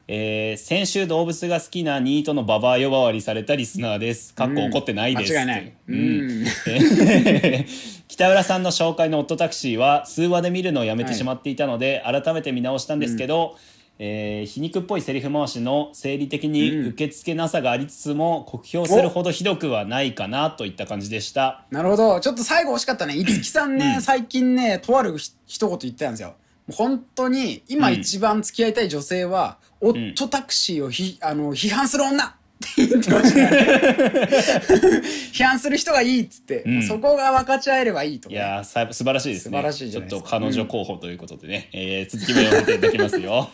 えー先週動物が好きなニートのババア呼ばわりされたリスナーです。かっこ怒ってないです。間違いないうんうんえー [LAUGHS] 北浦さんの紹介のオットタクシーは数話で見るのをやめてしまっていたので、改めて見直したんですけど、えー皮肉っぽいセリフ回しの生理的に受け付けなさがありつつも、酷評するほどひどくはないかなといった感じでした。なるほどちょっと最後惜しかった [CLEARS THROAT] ね五木さんね、最近ねとあるひ一言言ってたんですよもう本当に今一番付き合いたい女性は、オットタクシーをひあの批判する女って言ってましたね [LAUGHS] 批判する人がいいっつって、んそこが分かち合えればいいといやーさ素晴らしいです素ね。晴らしいじゃないちでょすっとか彼女候補ということでね、えー続きも読んでいただきますよ。はい、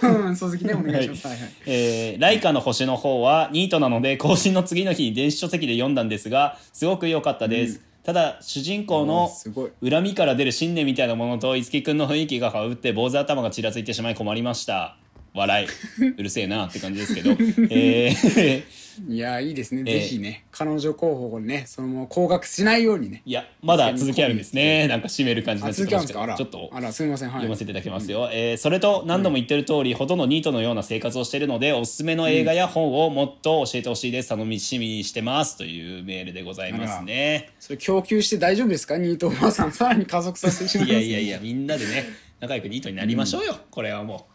おうん、鈴木ね、お願いします。はいはい。えーライカの星の方はニートなので更新の次の日に電子書籍で読んだんですがすごく良かったです、ただ主人公おーのすごい恨みから出る信念みたいなものと樹くんの雰囲気が被って坊主頭がちらついてしまい困りました笑いうるせえなって感じです [LAUGHS] けど、えーいや、いいですね。ええぜひね、彼女候補をね、そのまま降格しないようにね。いやまだ続きあるんですねなんか締める感じにあ、なっちゃっ続てきあるまんしですかあたら。ちょっとあら、すみません。はい。読ませていただきますよ、えーそれと何度も言ってる通り、ほとんどニートのような生活をしているのでおすすめの映画や本をもっと教えてほしいです頼みしみにしてますというメールでございますねそれ供給して大丈夫ですかニートおばあさん、さらに加速させてしまいいます、やいやいや。みんなでね仲良くニートになりましょうよ、これはも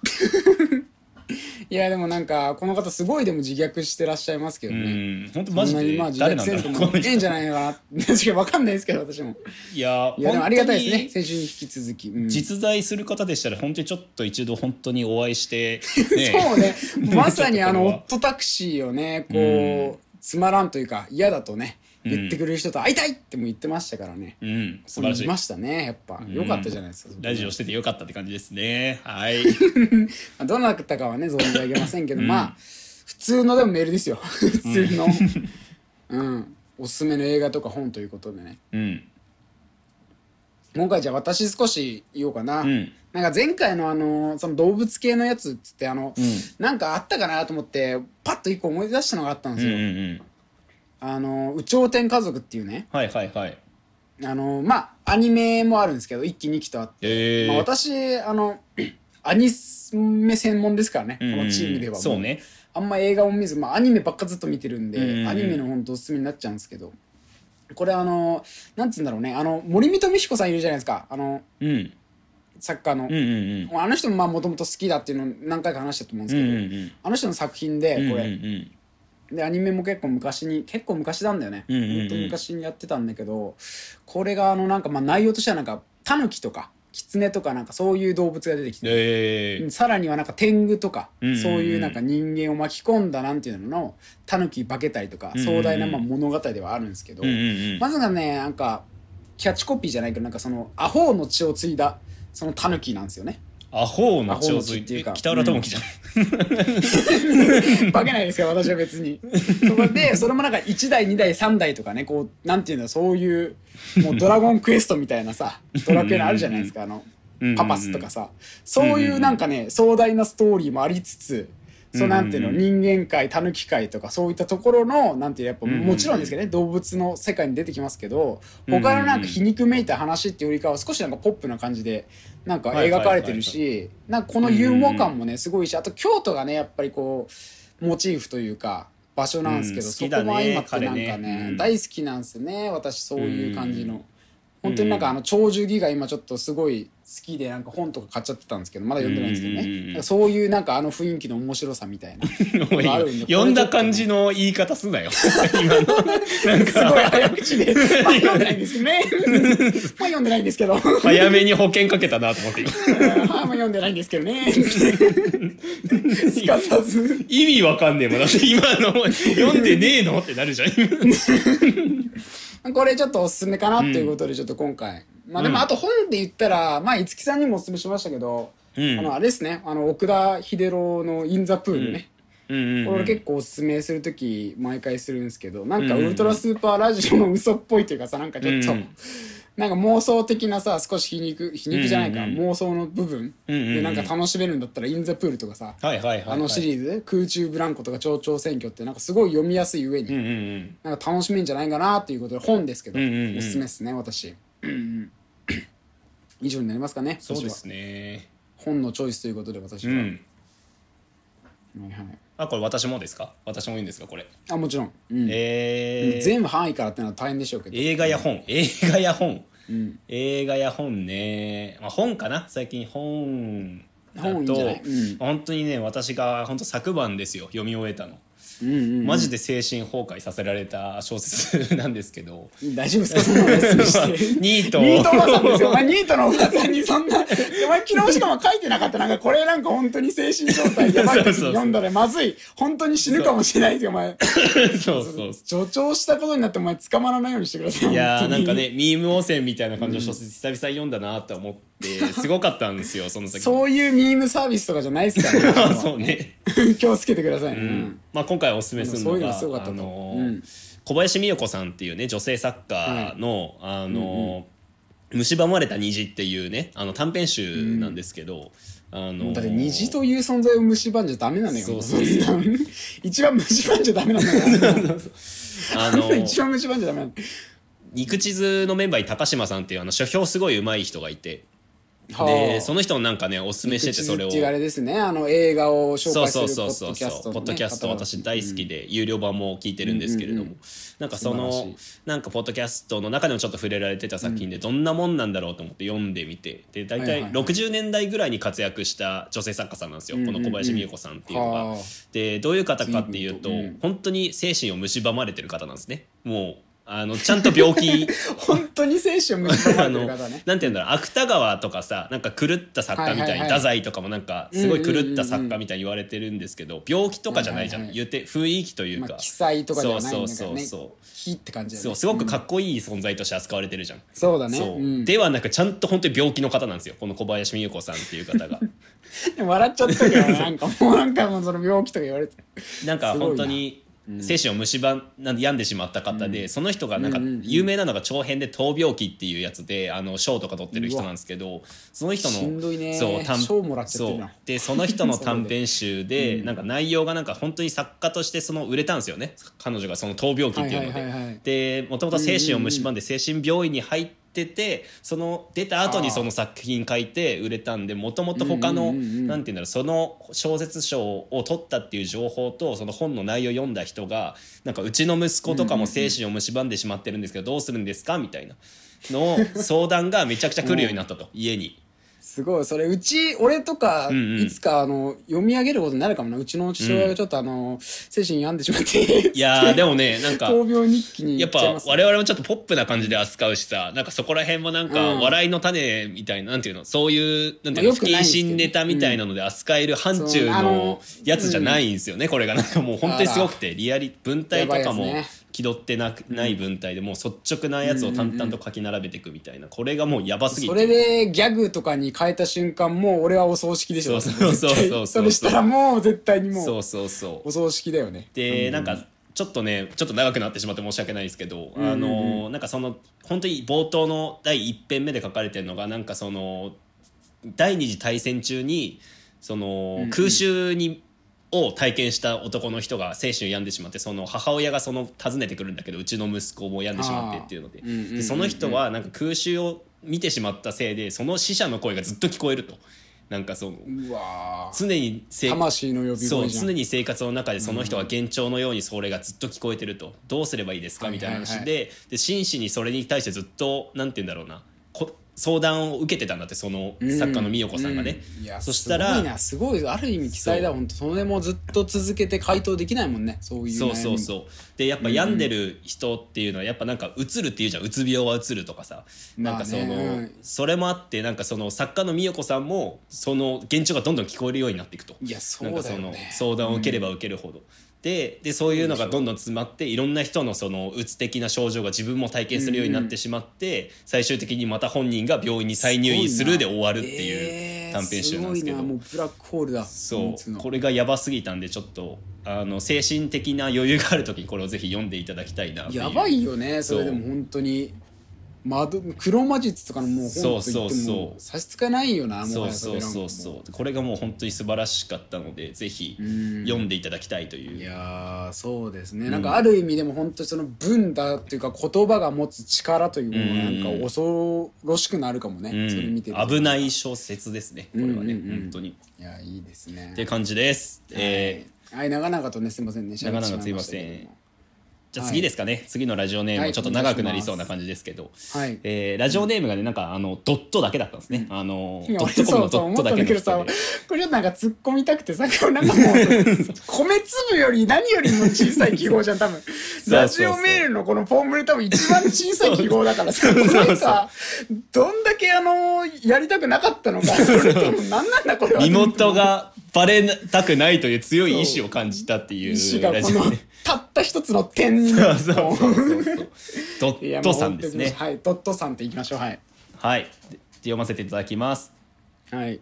いやでもなんかこの方すごいでも自虐してらっしゃいますけどうね、ん本当そマんジなにでまあ自誰虐なんせだんろとうもこのいい人んじゃないかな [LAUGHS] 確かにわかんないですけど私もいやいやでもあ本りが当たいですねに先週に引き続き、うん実在する方でしたら本当にちょっと一度本当にお会い [LAUGHS] して、そうねまさにあのオ [LAUGHS] ちょっットタクシーをねこうつまらんというか嫌だとねうん言ってくれる人と会いたいっても言ってましたからね、うん素それ晴ら見しいましたねやっぱうん良かったじゃないですか、ラジオしててよかったって感じですねはい [LAUGHS] まあどなたかはね存じ上げませんけど、まあ普通のでもメール [LAUGHS] ですよ普通のうん、おすすめの映画とか本ということでねうん今回じゃあ私少し言おうかな、うんなんか前回のあのその動物系のやつっつってあの、うんなんかあったかなと思ってパッと一個思い出したのがあったんでうんうすんよ、うんあの「有頂天家族」っていうねはいはいはいあのまあアニメもあるんですけど1期2期とあって、えまあ、ー私あのアニメ専門ですからね、うんこのチームではもそうねあんま映画を見ず、まあ、アニメばっかずっと見てるんで、うんうんアニメのほんとおすすめになっちゃうんですけどこれあのなんつうんだろうねあの森見と美彦さんいるじゃないですかあのうんうん作家の、うんうんあの人もまあもともと好きだっていうのを何回か話したと思うんでうすんけど、うんあの人の作品でうんこれ、うんうんでアニメも結構昔に結構昔なんだよね、うんうんうんほと昔にやってたんだけどこれがあのなんかまあ内容としてはなんかタヌキとかキツネとかなんかそういう動物が出てきて、えーさらにはなんか天狗とか、うんうんうんそういうなんか人間を巻き込んだなんていうののタヌキ化けたりとか、うんうんうん壮大なまあ物語ではあるんですけど、うんうんうんまずがねなんかキャッチコピーじゃないけどなんかそのアホの血を継いだそのタヌキなんですよ [LAUGHS] ね。アホのアホ長の血髄っっていうてか北浦智樹じゃん化けないですよ私は別にそこでそれもなんか1台2台3台とかねこうなんていうのそういうもうドラゴンクエストみたいなさドラクエのあるじゃないですかあのうんうんパパスとかさそういうなんかね壮大なストーリーもありつつそうなんていうのうんう人間界狸界とかそういったところのなんていうやっぱうんうんもちろんですけどね動物の世界に出てきますけどうんうん他のなんか皮肉めいた話っていうよりかは少しなんかポップな感じでなんか描かれてるしなんかこのユーモア感もねすごいしあと京都がねやっぱりこうモチーフというか場所なんですけど、うんそ好きだこねも相まってなんかね彼ねうん大好きなんですね私そういう感じの、うん本当になんかあの鳥獣戯画今ちょっとすごい好きでなんか本とか買っちゃってたんですけどまだ読んでないんですけどね、うんなんかそういうなんかあの雰囲気の面白さみたい [LAUGHS] なすおいあるんで呼んだ感じの言い方すなよ今のなんごいか早口でまあ読んでないん [LAUGHS] ですねまあ読んでないんですけどまあ早めに保険かけたなと思って今読んでないんですけどねすかさず意味わかんねえもんだって今の読んでねえのってなるじゃんこれちょっとおすすめかなということでちょっと今回、まあでもあと本で言ったらまあ五木さんにもおすすめしましたけど、うんあのあれですねあの奥田秀郎の「イン・ザ・プールね」うんこれ結構おすすめする時毎回するんですけどなんかウルトラスーパーラジオの嘘っぽいというかさなんかちょっと、うんなんか妄想的なさ少し皮肉皮肉じゃないか、うん妄想の部分うんうんうんでなんか楽しめるんだったら「イン・ザ・プール」とかさ、はいはいはいはいあのシリーズ、空中ブランコ」とか「蝶々選挙」ってなんかすごい読みやすい上に、うんうんなんか楽しめんじゃないかなということで本ですけど、うんうんうんおすすめですね私。うんうん以上になりますかねそうで私はすね本のチョイスということで私うは、んはいはい、あこれ私もですか私もいいんですかこれあもちろん、うんえー全部範囲からってのは大変でしょうけど映画や本映画や本うん映画や本ねまあ本かな最近本だ本いいんじゃないとうん本当にね私が本当昨晩ですよ読み終えたのうんうんマジで精神崩壊させられた小説なんです [LAUGHS] けど大丈夫ですかそんなのお勧めしてニートニートおばさんですよお前ニートのおばさんにそんなお前昨日しかも書いてなかったなんかこれなんか本当に精神状態やばい時に読んだらまずい本当に死ぬかもしれないですよお前 [LAUGHS] そうそう助長したことになってお前捕まらないようにしてくださいいやー本当なにんかねミーム汚染みたいな感じの小説久々に読んだなと思ってすごかったんですよその先そういうミームサービスとかじゃないですからあね [LAUGHS] そうね、 [LAUGHS] 気をつけてくださいね、うんまあ、今回おすすめするのでもがそういうのすごかったとあのーうん小林美代子さんっていうね女性作家の、あのー蝕まれた虹」っていうねあの短編集なんですけど、あのーだって虹という存在を蝕んじゃダメなのよそうそうそんな [LAUGHS] 一番蝕んじゃダメなんだから [LAUGHS] あの [LAUGHS] ー一番蝕んじゃダメなんだ肉地図のメンバーに高島さんっていうあの書評すごい上手い人がいてはあでその人もなんかねおすすめしててそれを口々あれですねあの映画を紹そう介すそるうそうそうそうポポッッドドキキャャスストトのね私大好きで、有料版も聞いてるんですけれども、うんうんなんかそ素の晴らしなんかポッドキャストの中でもちょっと触れられてた作品でどんなもんなんだろうと思って読んでみてで大はいはい体はい60年代ぐらいに活躍した女性作家さんなんですよ、うんうんうんこの小林美恵子さんっていうのが。はあでどういう方かっていうと、随分とうん本当に精神を蝕まれてる方なんですね。もうあのちゃんと病気本当に精神を蝕ま [LAUGHS] あれてのるなん方てね言うんだろう芥川とかさなんか狂った作家みたはいはいにいはい太宰とかもなんかすごい狂った作家みたいに言われてるんですけど病気とかじゃないじゃん、はいはい言って雰囲気というまあか、記載とかじゃないんだからそうねそうそうそう火って感じだねそうすごくかっこいい存在として扱われてるじゃん。そうだねそううんではなくちゃんと本当に病気の方なんですよこの小林美由子さんっていう方 [LAUGHS] が。 [LAUGHS] 笑っちゃった [LAUGHS] けどなんかもうなんかもうその病気とか言われてなんかすごいな本当に精神を蝕ん病んでしまった方で、その人がなんかうんうんうん有名なのが長編で闘病記っていうやつであの賞とか取ってる人なんですけどその人のしんどいねそう短賞もらっちゃってるなそうでその [LAUGHS] 人の短編集でなんか内容がなんか本当に作家としてその売れたんですよね彼女がその闘病記っていうので。はいはいはいはいでもともと精神を蝕んで精神病院に入っててその出た後にその作品書いて売れたんでもともと他のうんうんうんうんなんて言うんだろうその小説賞を取ったっていう情報とその本の内容を読んだ人がなんかうちの息子とかも精神を蝕んでしまってるんですけどどうするんですかみたいなの相談がめちゃくちゃ来るようになったと家に。すごいそれうち俺とかうんうんいつかあの読み上げることになるかもなうちの父親がちょっとあの精神病んでしまっていやーでもね [LAUGHS] なんか闘病日記にやっ行ちゃいぱますね我々もちょっとポップな感じで扱うしさなんかそこら辺もなんかうん笑いの種みたいななんていうのそういうなんていまあうのよ不くない謹ですけどね慎ネタみたいなので扱える範疇そうあののやつじゃないんですよねこれがなんかもう本当にすごくてリアリ文体とかもやばいです気取ってなくない文体でもう率直なやつを淡々と書き並べていくみたいなこれがもうやばすぎそれて。でギャグとかに変えた瞬間もう俺はお葬式でしょそうそうそうそう絶対それしたらもう絶対にもうそうそうそうお葬式だよねでなんかちょっとねちょっと長くなってしまって申し訳ないですけど、んうんあのなんかその本当に冒頭の第一編目で書かれてるのがなんかその第二次大戦中にその、うんうん空襲にを体験した男の人が精神を病んでしまってその母親がその訪ねてくるんだけどうちの息子も病んでしまってっていうので,、あーうんうんうんうんでその人はなんか空襲を見てしまったせいでその死者の声がずっと聞こえるとなんかそのうわー常に生魂の呼びそ声うじゃん常に生活の中でその人は幻聴のようにそれがずっと聞こえてるとどうすればいいですかみたいな話で,、はいはで真摯にそれに対してずっとなんて言うんだろうなこ相談を受けてたんだってその作家の美代子さんがね。うんいやそしたらすごいなすごいある意味記載だそう本当それもずっと続けて回答できないもんねそういう悩そみうそうそうでやっぱ病んでる人っていうのはやっぱなんかうつるっていうじゃんうつ病はうつるとかさなんかその、まあねうんそれもあってなんかその作家の美代子さんもその現状がどんどん聞こえるようになっていくといやそなうんだかよねその相談を受ければ受けるほど、ででそういうのがどんどん詰まっていろんな人のそのうつ的な症状が自分も体験するようになってしまって、最終的にまた本人が病院に再入院するで終わるっていう短編集なんですけど、えーごいなもうブラックホールだそなんつうのこれがやばすぎたんでちょっとあの精神的な余裕がある時にこれをぜひ読んでいただきたいなっていうやばいよねそそうれでも本当に窓黒魔術とかのもう本と言そうっそうてそうも差し支えないよなもそはうやそうベランコそもうそうこれがもう本当に素晴らしかったのでぜひん読んでいただきたいといいう。やーそうですね、なんかある意味でも本当にその文だっていうか言葉が持つ力というものがなんか恐ろしくなるかもね、うんそれ見てると危ない小説ですね。これはね、本当に。いやいいですねって感じです。えーはい、はい、長々とねすいませんね長々とすいませんじゃあ次ですかね、次のラジオネーム、はいちょっと長くなりそうな感じですけど、はいえーラジオネームがねなんかあのドットだけだったんですね、あのいやド俺ットそコムのうそうドッ思トっただんけだけのどさ人こでれちょっとなんか突っ込みたくてさなんかもう [LAUGHS] 米粒より何よりも小さい記号じゃん多分 [LAUGHS] そうラジオメールのこのフォームで多分一番小さい記号だからさそうこ [LAUGHS] そうれさどんだけあのやりたくなかったのかそれとも何なんだこれは身元がバレたくないという強い意志を感じたっていう石がラこジのオ [LAUGHS] ネームたった一つの点に [LAUGHS] そうそうそうそうそうドいッやもトうさんですねはいドットさんっていきましょうはいはいで読ませていただきますはい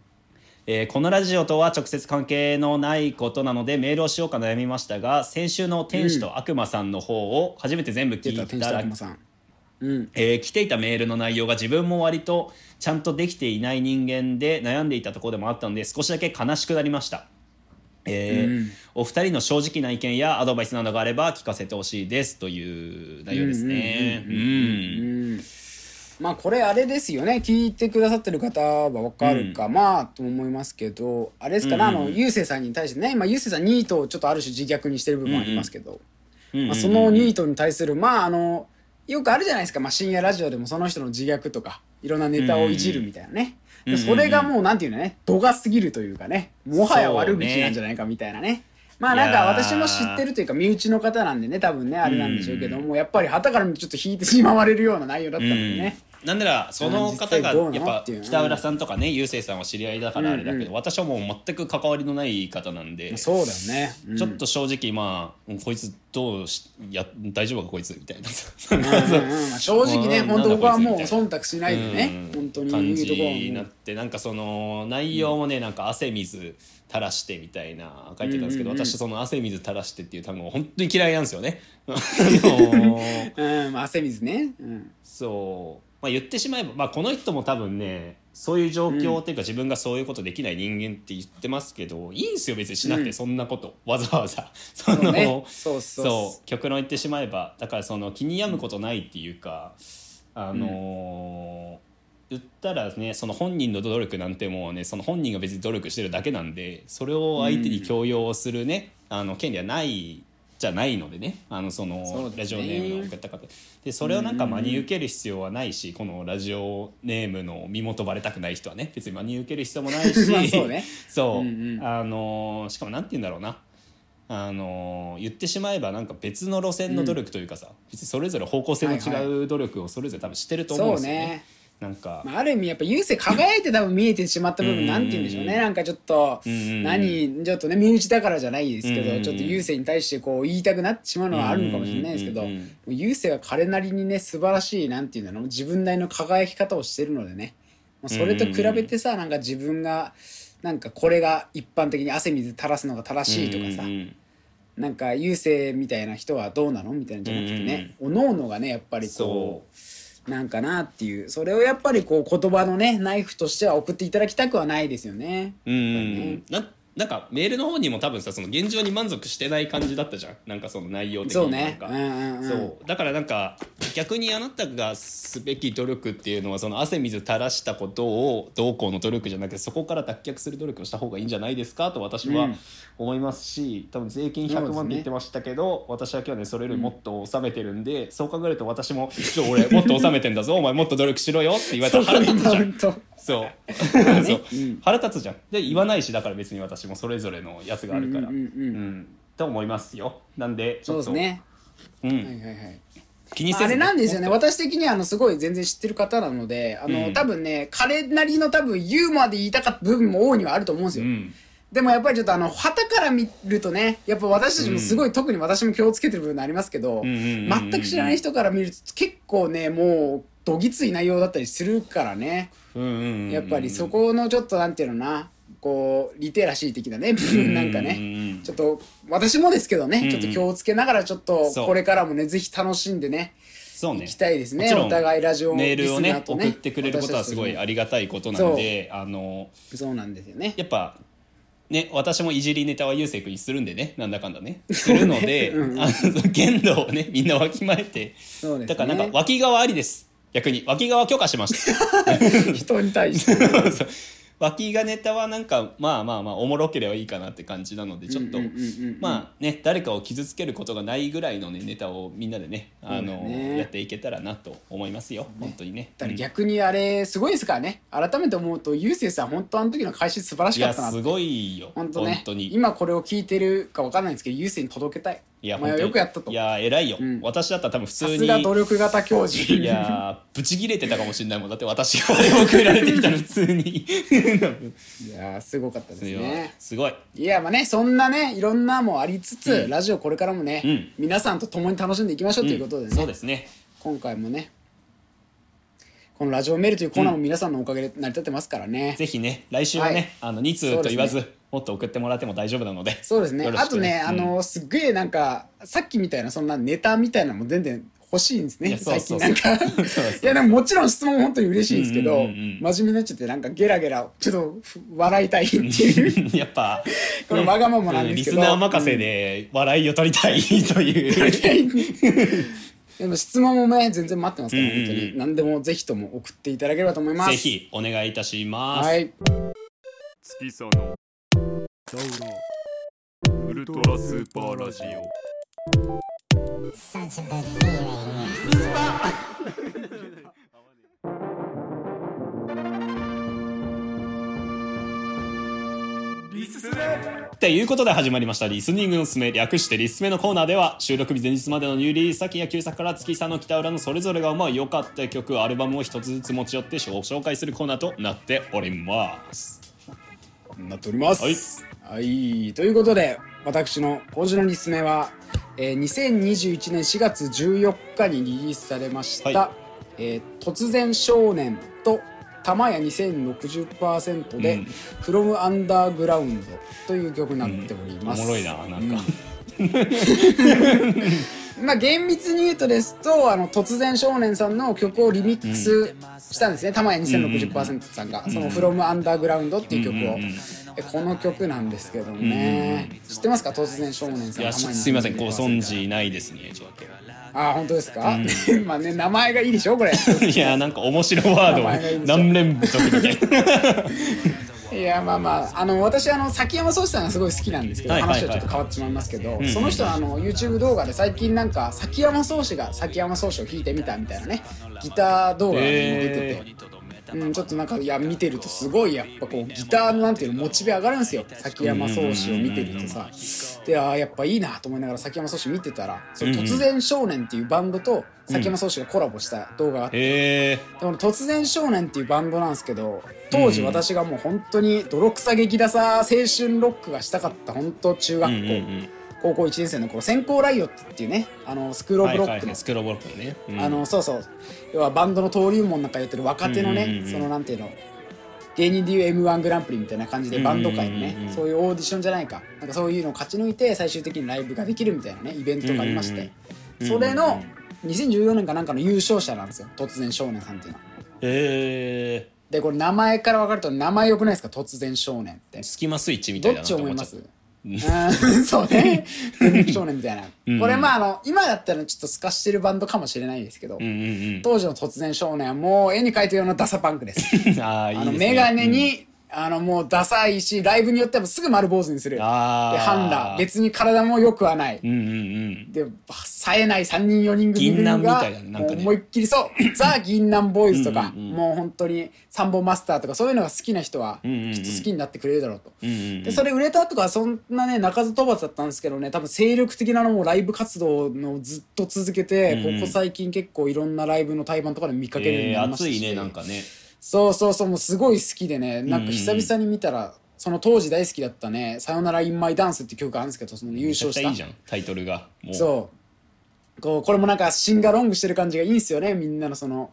えーこのラジオとは直接関係のないことなのでメールをしようか悩みましたが先週の「天使と悪魔さん」の方を初めて全部聞出たい天使たとら、悪魔さんうんえー来ていたメールの内容が自分も割とちゃんとできていない人間で悩んでいたところでもあったので少しだけ悲しくなりました、えうーんお二人の正直な意見やアドバイスなどがあれば聞かせてほしいですという内容ですねううんうんまあこれあれですよね聞いてくださってる方は分かるか、まあと思いますけどあれですから、うんうんうんあのゆうせいさんに対してね、まあ、ゆうせいさんニートをちょっとある種自虐にしてる部分もありますけど、まあ、そのニートに対するまああのよくあるじゃないですか、まあ、深夜ラジオでもその人の自虐とかいろんなネタをいじるみたいなね、うんうんそれがもうなんていうのね度が過ぎるというかねもはや悪口なんじゃないかみたいなねまあなんか私も知ってるというか身内の方なんでね多分ねあれなんでしょうけども、やっぱり旗から見てちょっと引いてしまわれるような内容だったのでね、うん、なんならその方がうんやっぱ北浦さんとかねゆうせいさんは知り合いだからあれだけど、うんうん私はもう全く関わりのない方なんで、そうだよね、うんちょっと正直まあこいつどうしや大丈夫かこいつみたいなうんうんう [LAUGHS] んまあ正直ねうん本当僕はもうなんだこいつみ忖度しないでね、うん本当に感言うじところになってなんかその内容もねなんか汗水垂らしてみたいな書いてたんですけど、うんうんうん私その汗水垂らしてっていう単語本当に嫌いなんです [LAUGHS] よね。あのはうんまあ汗水ね、うん、そう、まあ、言ってしまえば、まあ、この人も多分ねそういう状況っていうか、自分がそういうことできない人間って言ってますけどいいんですよ別にしなくて、うんそんなことわざわざ。そそうの [LAUGHS] ねそうそうそう極論言ってしまえばだからその気に病むことないっていうかあのー言ったらねその本人の努力なんてもうねその本人が別に努力してるだけなんでそれを相手に強要するね、あの権利はないじゃないのでねあのそのそうですねラジオネームの方々でそれをなんか真に受ける必要はないし、このラジオネームの身元バレたくない人はね別に真に受ける必要もない [LAUGHS] しまあそうねそう、うんうんあのーしかもなんて言うんだろうなあのー言ってしまえばなんか別の路線の努力というかさ、別にそれぞれ方向性はのい違う努力をそれぞれ多分してると思うんそうですよね。ねなんか、まあ、ある意味やっぱ優勢輝いて多分見えてしまった部うんうん分うんなんて言うんでしょうねなんかちょっとうんうんうん何ちょっとね身内だからじゃないですけうんうんうどんちょっと優勢に対してこう言いたくなってしまうのはあるのかもしれないですけどうんうんうんうん優勢は彼なりにね素晴らしいなんていうの自分なりの輝き方をしてるのでねまあそれと比べてさなんか自分がなんかこれが一般的に汗水垂らすのが正しいとかさうんうんなんか優勢みたいな人はどうなのみたいなんじゃなくてねおのおのがねやっぱりこそうなんかなっていうそれをやっぱりこう言葉のねナイフとしては送っていただきたくはないですよね。うんうんななんかメールの方にも多分さその現状に満足してない感じだったじゃんなんかその内容的そうになんね。かうんうんうん。そうだからなんか逆にあなたがすべき努力っていうのはその汗水垂らしたことをどうこうの努力じゃなくてそこから脱却する努力をした方がいいんじゃないですかと私うはん思いますし多分税金そう100です万っねて言ってましたけど、私は今日ねそれよりもっと納めてるんで、そう考えると私も「ちょ俺もっと納めてんだぞお前もっと努力しろよ」って言われたら腹立つじゃん。そうそうそううん腹立つじゃんで言わないしだから別に私もそれぞれのやつがあるからうんうんうんうんと思いますよなんでちそうょでっすと、ね。うんはいはいはい。気にせずあれなんですよねもっと私的にはあのすごい全然知ってる方なのであの、うん多分ね彼なりの多分ユーモアで言いたかった部分も大いにはあると思うんですよ、でもやっぱりちょっとあの旗から見るとねやっぱ私たちもすごい、特に私も気をつけてる部分ありますけど、うんうんうんう全んく知らない人から見ると結構ねもうどぎつい内容だったりするからねうんうんうんうんやっぱりそこのちょっとなんていうのなこうリテラシー的なね部分なんかね、ううんちょっと私もですけどね、うんちょっと気をつけながらちょっとそうこれからもねぜひ楽しんでねそうね行きたいですねもちろんお互いラジオメールをリスねナーとね送ってくれることはすごいありがたいことなんであのそうなんですよねやっぱね私もいじりネタはゆうせい君にするんでねなんだかんだねするので、そうねうんあの限度をねみんなわきまえてそうですねだからなんか脇側ありです逆に脇側許可しま [LAUGHS] した人に対してそう脇がネタはなんかまあまあまあおもろければいいかなって感じなの [LAUGHS] でちょっとうんうんうんうんうんまあね誰かを傷つけることがないぐらいのねネタをみんなでねあそうだのねやっていけたらなと思いますよ本当にね。だからうん逆にあれすごいですからね改めて思うとゆうせいさん本当あの時の開始素晴らしいかっやたなすごいよ本当ね本当に今これを聞いてるかわかんないんですけどゆうせいに届けたいいやお前は本当によくやったといや偉いよ、ん私だったら多分普さ通すが努に力型教授いやーブチ切れてたかもしれないもんだって私が送られてきたら普通にいやーすごかったですねすごいいやまあねそんなねいろんなもありつつ、うんラジオこれからもね、うん皆さんと共に楽しんでいきましょうということでね、んそうですね今回もねこのラジオメールというコーナーも皆さんのおかげで成り立ってますからね、ぜひね、来週はね、はいあの2通と言わず、もっと送ってもらっても大丈夫なので、そうですねよろあしとくね、あうんのすっげえなんかさっきみたいなそんなネタみたいなのも全然欲しいんですいねやそう最近そうなんかそう [LAUGHS] そういやでももちろん質問本当に嬉しいんですけど、うんうんうんうん真面目になっちゃってなんかゲラゲラちょっとふ笑いたいっていうやっぱ、これわがままなんうですリけスどナー任せで笑いを取りたいという、いでも質問もね全然待ってますから、うんうんうん本当に何でもぜひとも送っていただければと思いますぜひお願いいたします。はい月さの道路ウルトラスーパーラジオ Such a good feeling. っていうことで始まりましたリスニングのすすめ略してリスメのコーナーでは収録日前日までのニューリリース先や旧作から月さんの北浦のそれぞれが思う良かった曲アルバムを一つずつ持ち寄ってご紹介するコーナーとなっておりますなっております。はい、ということで私の今週のリスメは、えー、2021年4月14日にリリースされました「はえー突然少年」と「玉屋2060%」でうん「From Underground」という曲になっておりおます。もろいななんか、まあ厳密に言うとですとあの突然少年さんの曲をリミックスしたんですね、玉屋2060%さんが、その「From Underground」っていう曲を、うんうんうんえこの曲なんですけどもね、知ってますか突然少年さんいや玉屋しすいませんご存2060%知ないですねちょっとああ本当ですか、 [LAUGHS] まあね名前がいいでし [LAUGHS] ょこれいやなんか面白ワ名 [LAUGHS] 前がいいーでドしょ何連続みたいないやまあまああの私あの崎山壮志さんがすごい好きなんですけど、はいはいはい話はちょっと変わってしまいますけど、んその人のあの YouTube 動画で最近なんか崎山壮志が崎山壮志を弾いてみたみたいなねギター動画に出てて。 [LAUGHS] えうん、ちょっとなんかいや見てるとすごいやっぱこうギターのなんていうのモチベ上がるんですよ崎山壮志を見てるとさであーやっぱいいなと思いながら崎山壮志見てたら「そのうんうん突然少年」っていうバンドと崎山壮志がコラボした動画があって、えでも突然少年っていうバンドなんですけど当時うん私がもう本当に泥臭劇ださ青春ロックがしたかった本当中学校、うんうんうん高校1年生の頃先行ライオットっていうねあのスクール・オはブ・いロはックいのはいスクロールオブロックのね、うんあのそうそう要はバンドの登竜門なんかやってる若手のね、うんうんうんうんそのなんていうの芸人でいう m 1グランプリみたいな感じでバンド界のね、うんうんうんうんそういうオーディションじゃないかなんかそういうのを勝ち抜いて最終的にライブができるみたいなねイベントがありまして、うんうんそれうんうんの2014年かなんかの優勝者なんですよ突然少年さんっていうのはえでこれ名前から分かると名前よくないですか突然少年ってー、スキマスイッチみたどいっだなちと思思っいちゃまったすうんそう [LAUGHS] ね全力少年みたいなうんこれまああの今だったらちょっと透かしてるバンドかもしれないですけど、うんうんうん当時の突然少年はもう絵に描いたようなダサパンクです。あ [LAUGHS] あいいあですのねメガネに、あのもうダサいし、ライブによってはすぐ丸坊主にする。で、あーハンダ、別に体も良くはない。うんうんうんで、冴えない3人4人組が銀杏みたいだねなんかもねう思いっきり [LAUGHS] そう、ザ・銀杏ボーイズとか、うんうんうんもう本当にサンボマスターとかそういうのが好きな人は、うんうんうんきっと好きになってくれるだろうと。うんうんうんでそれ売れたとかそんなね鳴かず飛ばずだったんですけどね多分精力的なのもライブ活動のずっと続けて、うんうんここ最近結構いろんなライブの対バンとかで見かけるようにえなーりました熱し、いねなんかねそうそうそうもうすごい好きでねなんうんかうん久々に見たら、その当時大好きだったね「さよならインマイダンス」って曲があるんですけどその優めちゃ勝くしちたゃいいじゃんタイトルがもうそうこうこれもなんかシンガロングしてる感じがいいんですよねみんなのその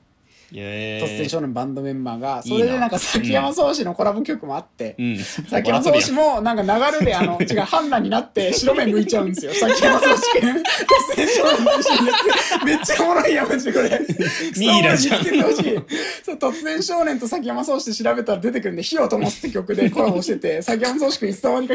えー突然少年バンドメンバーが、いいそなれでなんか崎山壮志のコラボ曲もあって、うん [LAUGHS] 崎山壮志もなんか流れであ [LAUGHS] の違うハンナになって白目向いちゃうんですよ崎山壮志君突然少年と一緒にやってめっちゃおもろいやんマジでこれ [LAUGHS] ミイラじゃんそう見つけてほしいそう突然少年と崎山壮志で調べたら出てくるんで「火を灯す」って曲でコラボしてて崎山壮志君いつの間にか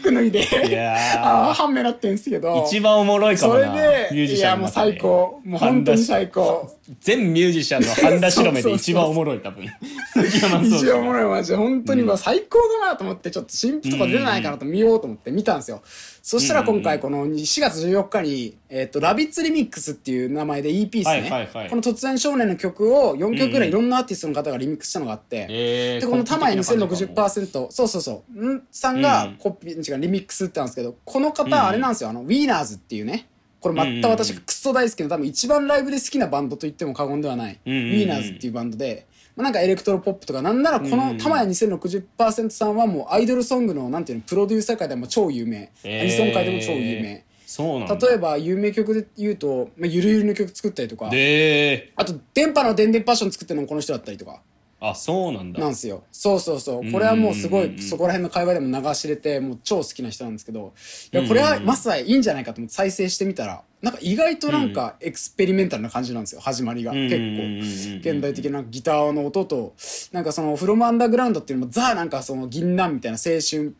服脱いいでやああ半目なってんですけどー一番おもろいかそもれなミューでジいシャやンもうの中で最高もう本当に最高全ミュージシャンの半田白目で一番おもろい多分 [LAUGHS] 杉山壮一志応お [LAUGHS] もろいマジで本当にまあ最高だなと思ってちょっと新譜とか出ないかなと見ようと思って見たんですよ、そしたら今回この4月14日に「えっとラビッツリミックス」っていう名前で EP ですね、はいはいはいこの「突然少年」の曲を4曲ぐらいいろんなアーティストの方がリミックスしたのがあって、えーでこの「たまえ完2060%」そうそうそうんさんがコピー、違うリミックスってなんですけどこの方あれなんですよ、あのウィーナーズっていうねこれまた私がクソ大好きな多分一番ライブで好きなバンドと言っても過言ではない、んうんうんウィーナーズっていうバンドで、まあ、なんかエレクトロポップとかなんならこうんうの「んたまえ2060%」さんはもうアイドルソングのなんていうのプロデューサー界でも超有名、えーアニソン界でも超有名そうなんだ例えば有名曲で言うと「まあ、ゆるゆる」の曲作ったりとかであと「電波の電電パッション」作ってるのもこの人だったりとか。あそうなんだなんですよそうそうそうこれはもうすごいそこら辺の会話でも流し入れてもう超好きな人なんですけどいやこれはまさにいいんじゃないかと思って再生してみたらなんか意外となんかエクスペリメンタルな感じなんですよ始まりが結構。現代的なギターの音となんかその「フロムアンダーグラウンド」っていうのもザなんかその銀杏みたいな青春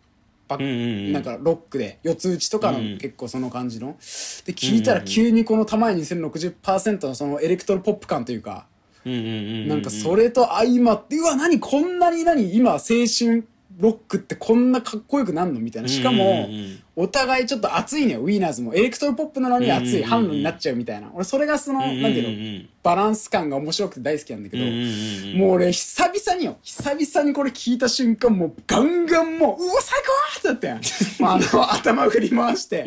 パうんうんうんなんかロックで四つ打ちとかのうん結構その感じの、で聞いたら急にこの「たまに2060%」のそのエレクトロポップ感というかうんうんうんうんなんかそれと相まってうわ何こんなに何今青春ロックってこんなかっこよくなんのみたいなしかもうんうんうんお互いちょっと熱いねウィーナーズもエレクトロポップなのに熱うんうんいうん反論になっちゃうみたいな俺それがそのうんうんうんなんていうのバランス感が面白くて大好きなんだけどうんうんうんもう俺久々によ久々にこれ聞いた瞬間もうガンガンもううわ最高って [LAUGHS] なってまああの頭振り回して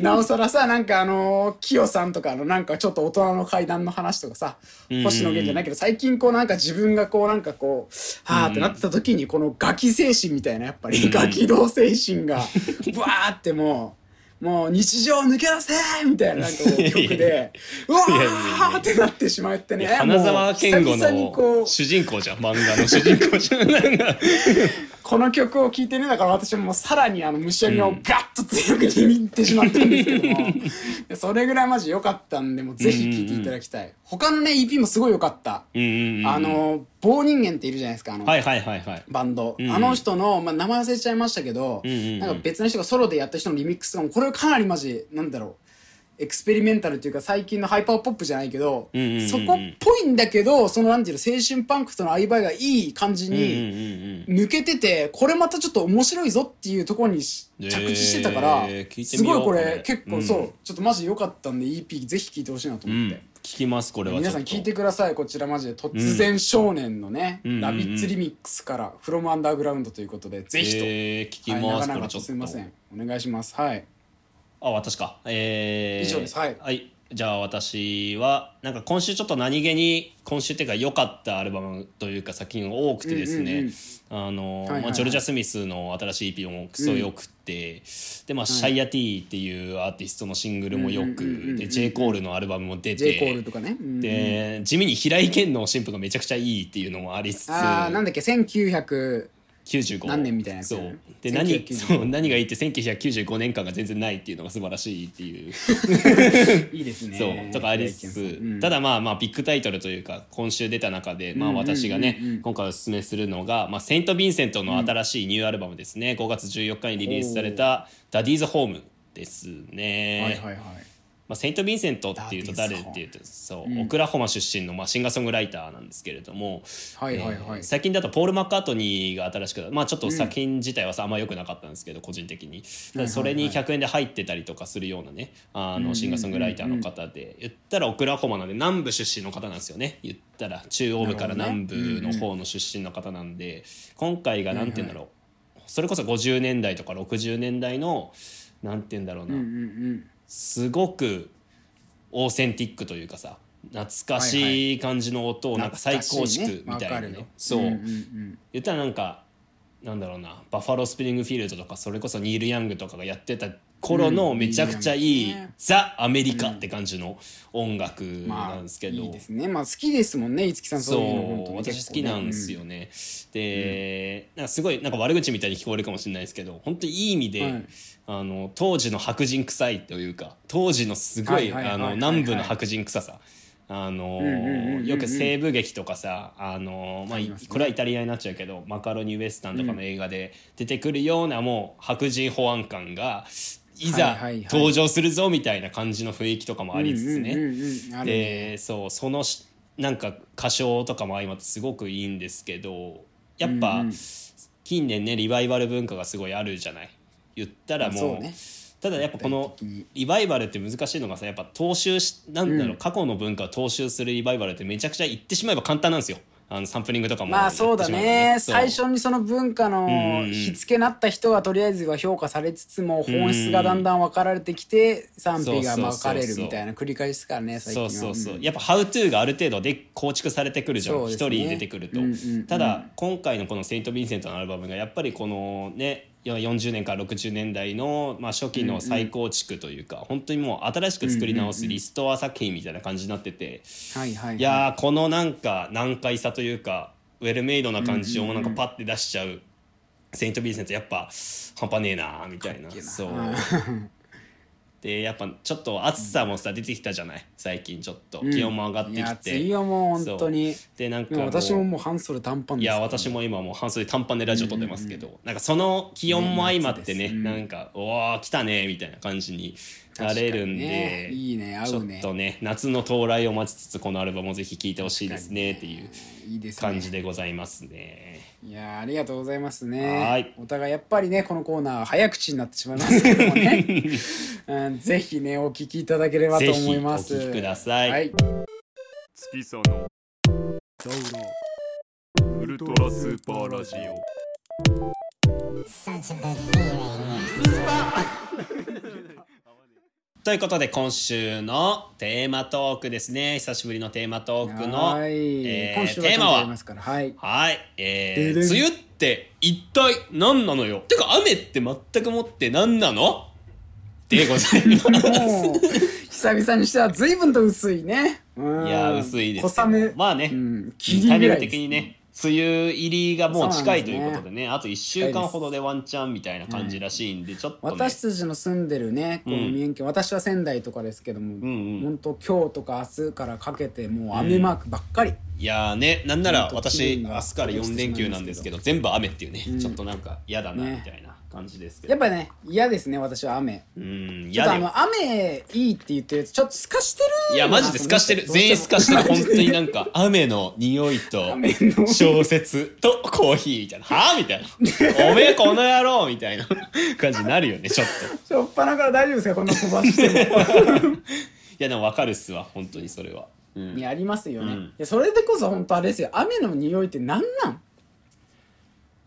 なおさらさなんかあのキヨさんとかのなんかちょっと大人の階段の話とかさうん星野源じゃないけど最近こうなんか自分がこうなんかこうはあってなってた時にこのガキ精神みたいなやっぱうりんガキ同精神がブワーってもう。もう日常を抜け出せみたいななんかこう [LAUGHS] 曲でうわいやいやーってなってしまってね花沢健もう吾久々にこのう主人公じゃん漫画の主人 [LAUGHS] 公じゃんなんかこの曲を聴いてねだから私もさらにあの虫闇をガッと強く握ってしまったんですけども、それぐらいマジ良かったんでもうぜひ聴いていただきたい、他のね EP もすごい良かった、うんうんうんあの棒人間っているじゃないですかあの、はいはいはいはいバンド、んうんあの人の、まあ、名前忘れちゃいましたけど、うんうんうんなんか別の人がソロでやった人のリミックスもこれかなりマジなんだろうエクスペリメンタルというか最近のハイパーポップじゃないけど、うんうんうんうんそこっぽいんだけどそのなんていうの青春パンクとの相場がいい感じうんうんに、うん抜けててこれまたちょっと面白いぞっていうところにしえー着地してたから、聞いてみすごいようここれれ結う構んそう、ちょっとマジ良かったんで EP ぜひ聴いてほしいなとうんう思っんて、聞きますこれは皆さん聞いてくくださいこちらマジで「突然少年」のね「うんラビッツリミックス」から「from underground ということでぜひと、えー、聞きはい、ま長すこれ々ちとょっとすみませんお願いしますはいあ私かえー、以上ですはいじゃあ私はなんか今週ちょっと何気に今週っていうか良かったアルバムというか作品が多くてですうんうんうねんあのいはいはいまあジョルジャ・スミスの新しい EP もクソよくて、でまあ、シャイア・ティっていうアーティストのシングルもよく、うんうんうんうんうんで J. コールのアルバムも出て J コールとかね、うんで地味に平井堅の新婦がめちゃくちゃいいっていうのもありつつああなんだっけ1900 95何年みたいなやつそだようねで何1995そう何がいいって1995年間が全然ないっていうのが素晴らしいっていういいですねそうとかありつつ、うんただまあまあビッグタイトルというか今週出た中で、まあ、うんうんうんうん私がね、今回おすすめするのが、まあ、セント・ヴィンセントの新しいニューアルバムですね、5月14日にリリースされた「ダディーズ・ホーム」ですね、はいはいはいまあ、セント・ヴィンセントっていうと誰っていうとそう、オクラホマ出身の、まあ、シンガーソングライターなんですけれども、はいはいはいえー最近だとポール・マッカートニーが新しくまあちょっと作品自体はさ、あんま良くなかったんですけど個人的にただそれに100円で入ってたりとかするようなねあのシンガーソングライターの方で、言ったらオクラホマなんで南部出身の方なんですよね言ったら中央部から南部の方の出身の方なんで、今回が何て言うんだろう、それこそ50年代とか60年代のなんて言うんだろうな、うんうんすごくオーセンティックというかさ懐かしい感じの音をなんか最高懐かしい縮ねみたいなわねかるよそう、うんうんうん言ったらなんかなんだろうなバファロー・スプリングフィールドとかそれこそニール・ヤングとかがやってた頃のうんめちゃくちゃいニールい、ヤングねザ・アメリカって感じの音楽なんですけど、いいですねまあ好きですもんね五木さんそうそういうの本当に私好きなんですよね、で、なんかすごいなんか悪口みたいに聞こえるかもしれないですけど本当にいい意味で、はいあの当時の白人臭いというか当時のすごいはいはいはいあはいはのい南部の白人臭さ。あのうんうんうんうんうんよく西部劇とかさあの、まあありますねこれはイタリアになっちゃうけどマカロニウエスタンとかの映画で出てくるようなもう白人保安官がいはいざはいはい登場するぞみたいな感じの雰囲気とかもありつつね、うんうんうんうんあるねでそうそのしなんか歌唱とかも相まってすごくいいんですけどやっぱ、うんうん近年ねリバイバル文化がすごいあるじゃない言ったらもう,、まあそうねただやっぱこの具体的にリバイバルって難しいのがさやっぱ踏襲しなんだろう、うん過去の文化を踏襲するリバイバルってめちゃくちゃ言ってしまえば簡単なんですよあのサンプリングとかもまあそうだねやってしまえば最初にその文化んうのん火付けなった人がとりあえずは評価されつつも本質がだんだん分かられてきて賛否が分かれるみたいな繰り返しですからね最近そうはそうそう、んやっぱ「ハウトゥーがある程度で構築されてくるじゃんそう一、です人ね出てくると、うんうんうんただ今回のこの「セイント・ヴィンセント」のアルバムがやっぱりこのね40年から60年代の、まあ、初期の再構築というか、本当にもう新しく作り直すリストア作品みたいな感じになってて、はいはいはいいやーこのなんか難解さというかウェルメイドな感じをなんかパッて出しちゃう。セイント・ヴィンセントやっぱ半端ねえなーみたいなっけえなそううんでやっぱちょっと暑さもさ出てきたじゃない最近ちょっとうん気温も上がっていやき暑いて、よもう本当にでなんか今う私ももう半袖短パンですいや私も今もう半袖短パンでラジオ撮ってますけど、なんかその気温も相まってね夏でねすうんなんか「おお来たね」みたいな感じにな確かにれるんで、ねいいね合ちょうっねとね夏の到来を待ちつつこのアルバムをぜひ聴いてほしいですねっていういいですね感じでございますね。いやーありがとうございますねはいお互いやっぱりねこのコーナー早口になってしまいますけども [LAUGHS] ね、うん、ぜひねお聞きいただければとぜひ思おいま聴すきください。はい月さのダウロウルトラスーパーラジオということで今週のテーマトークですね久しぶりのテーマトークのははい、い、えー今週はちゃんとテーマはやりますからはいえーででん梅雨って一体何なのよてか雨って全くもって何なのでございますもう久々にしては随分と薄いねうんいやー薄いですけど小雨まあね、うんタイ霧ぐらいミンでグす的にね梅雨入りがもう近いとそういなんですねうことでねあと1週間ほどでワンチャンみたいな感じらしいんで、ちょっと、ね、私たちの住んでるねこのうん三重県、私は仙台とかですけども、んうん本当今日とか明日からかけてもう雨マークばっかり、いやーねなんならほんと気私分明が日から4連休なんですけど全部雨っていうね、ちょっとなんか嫌だなみねたいな感じですけやど、っぱね嫌ですね私は雨うんちょっ嫌とだあよの雨いいって言ってるやつちょっと透かしてるいやマジで透かしてる全員透かしてる本当になんか雨の匂いと雨の小説とコーヒーみたいな「はあ?」みたいな「おめえこの野郎」みたいな感じになるよねちょっと。しょっぱなから大丈夫ですかこんな飛ばしてもいやでも分かるっすわ本当にそれは、うんいやありますよね、うんいやそれでこそ本当あれですよ雨の匂いって何なん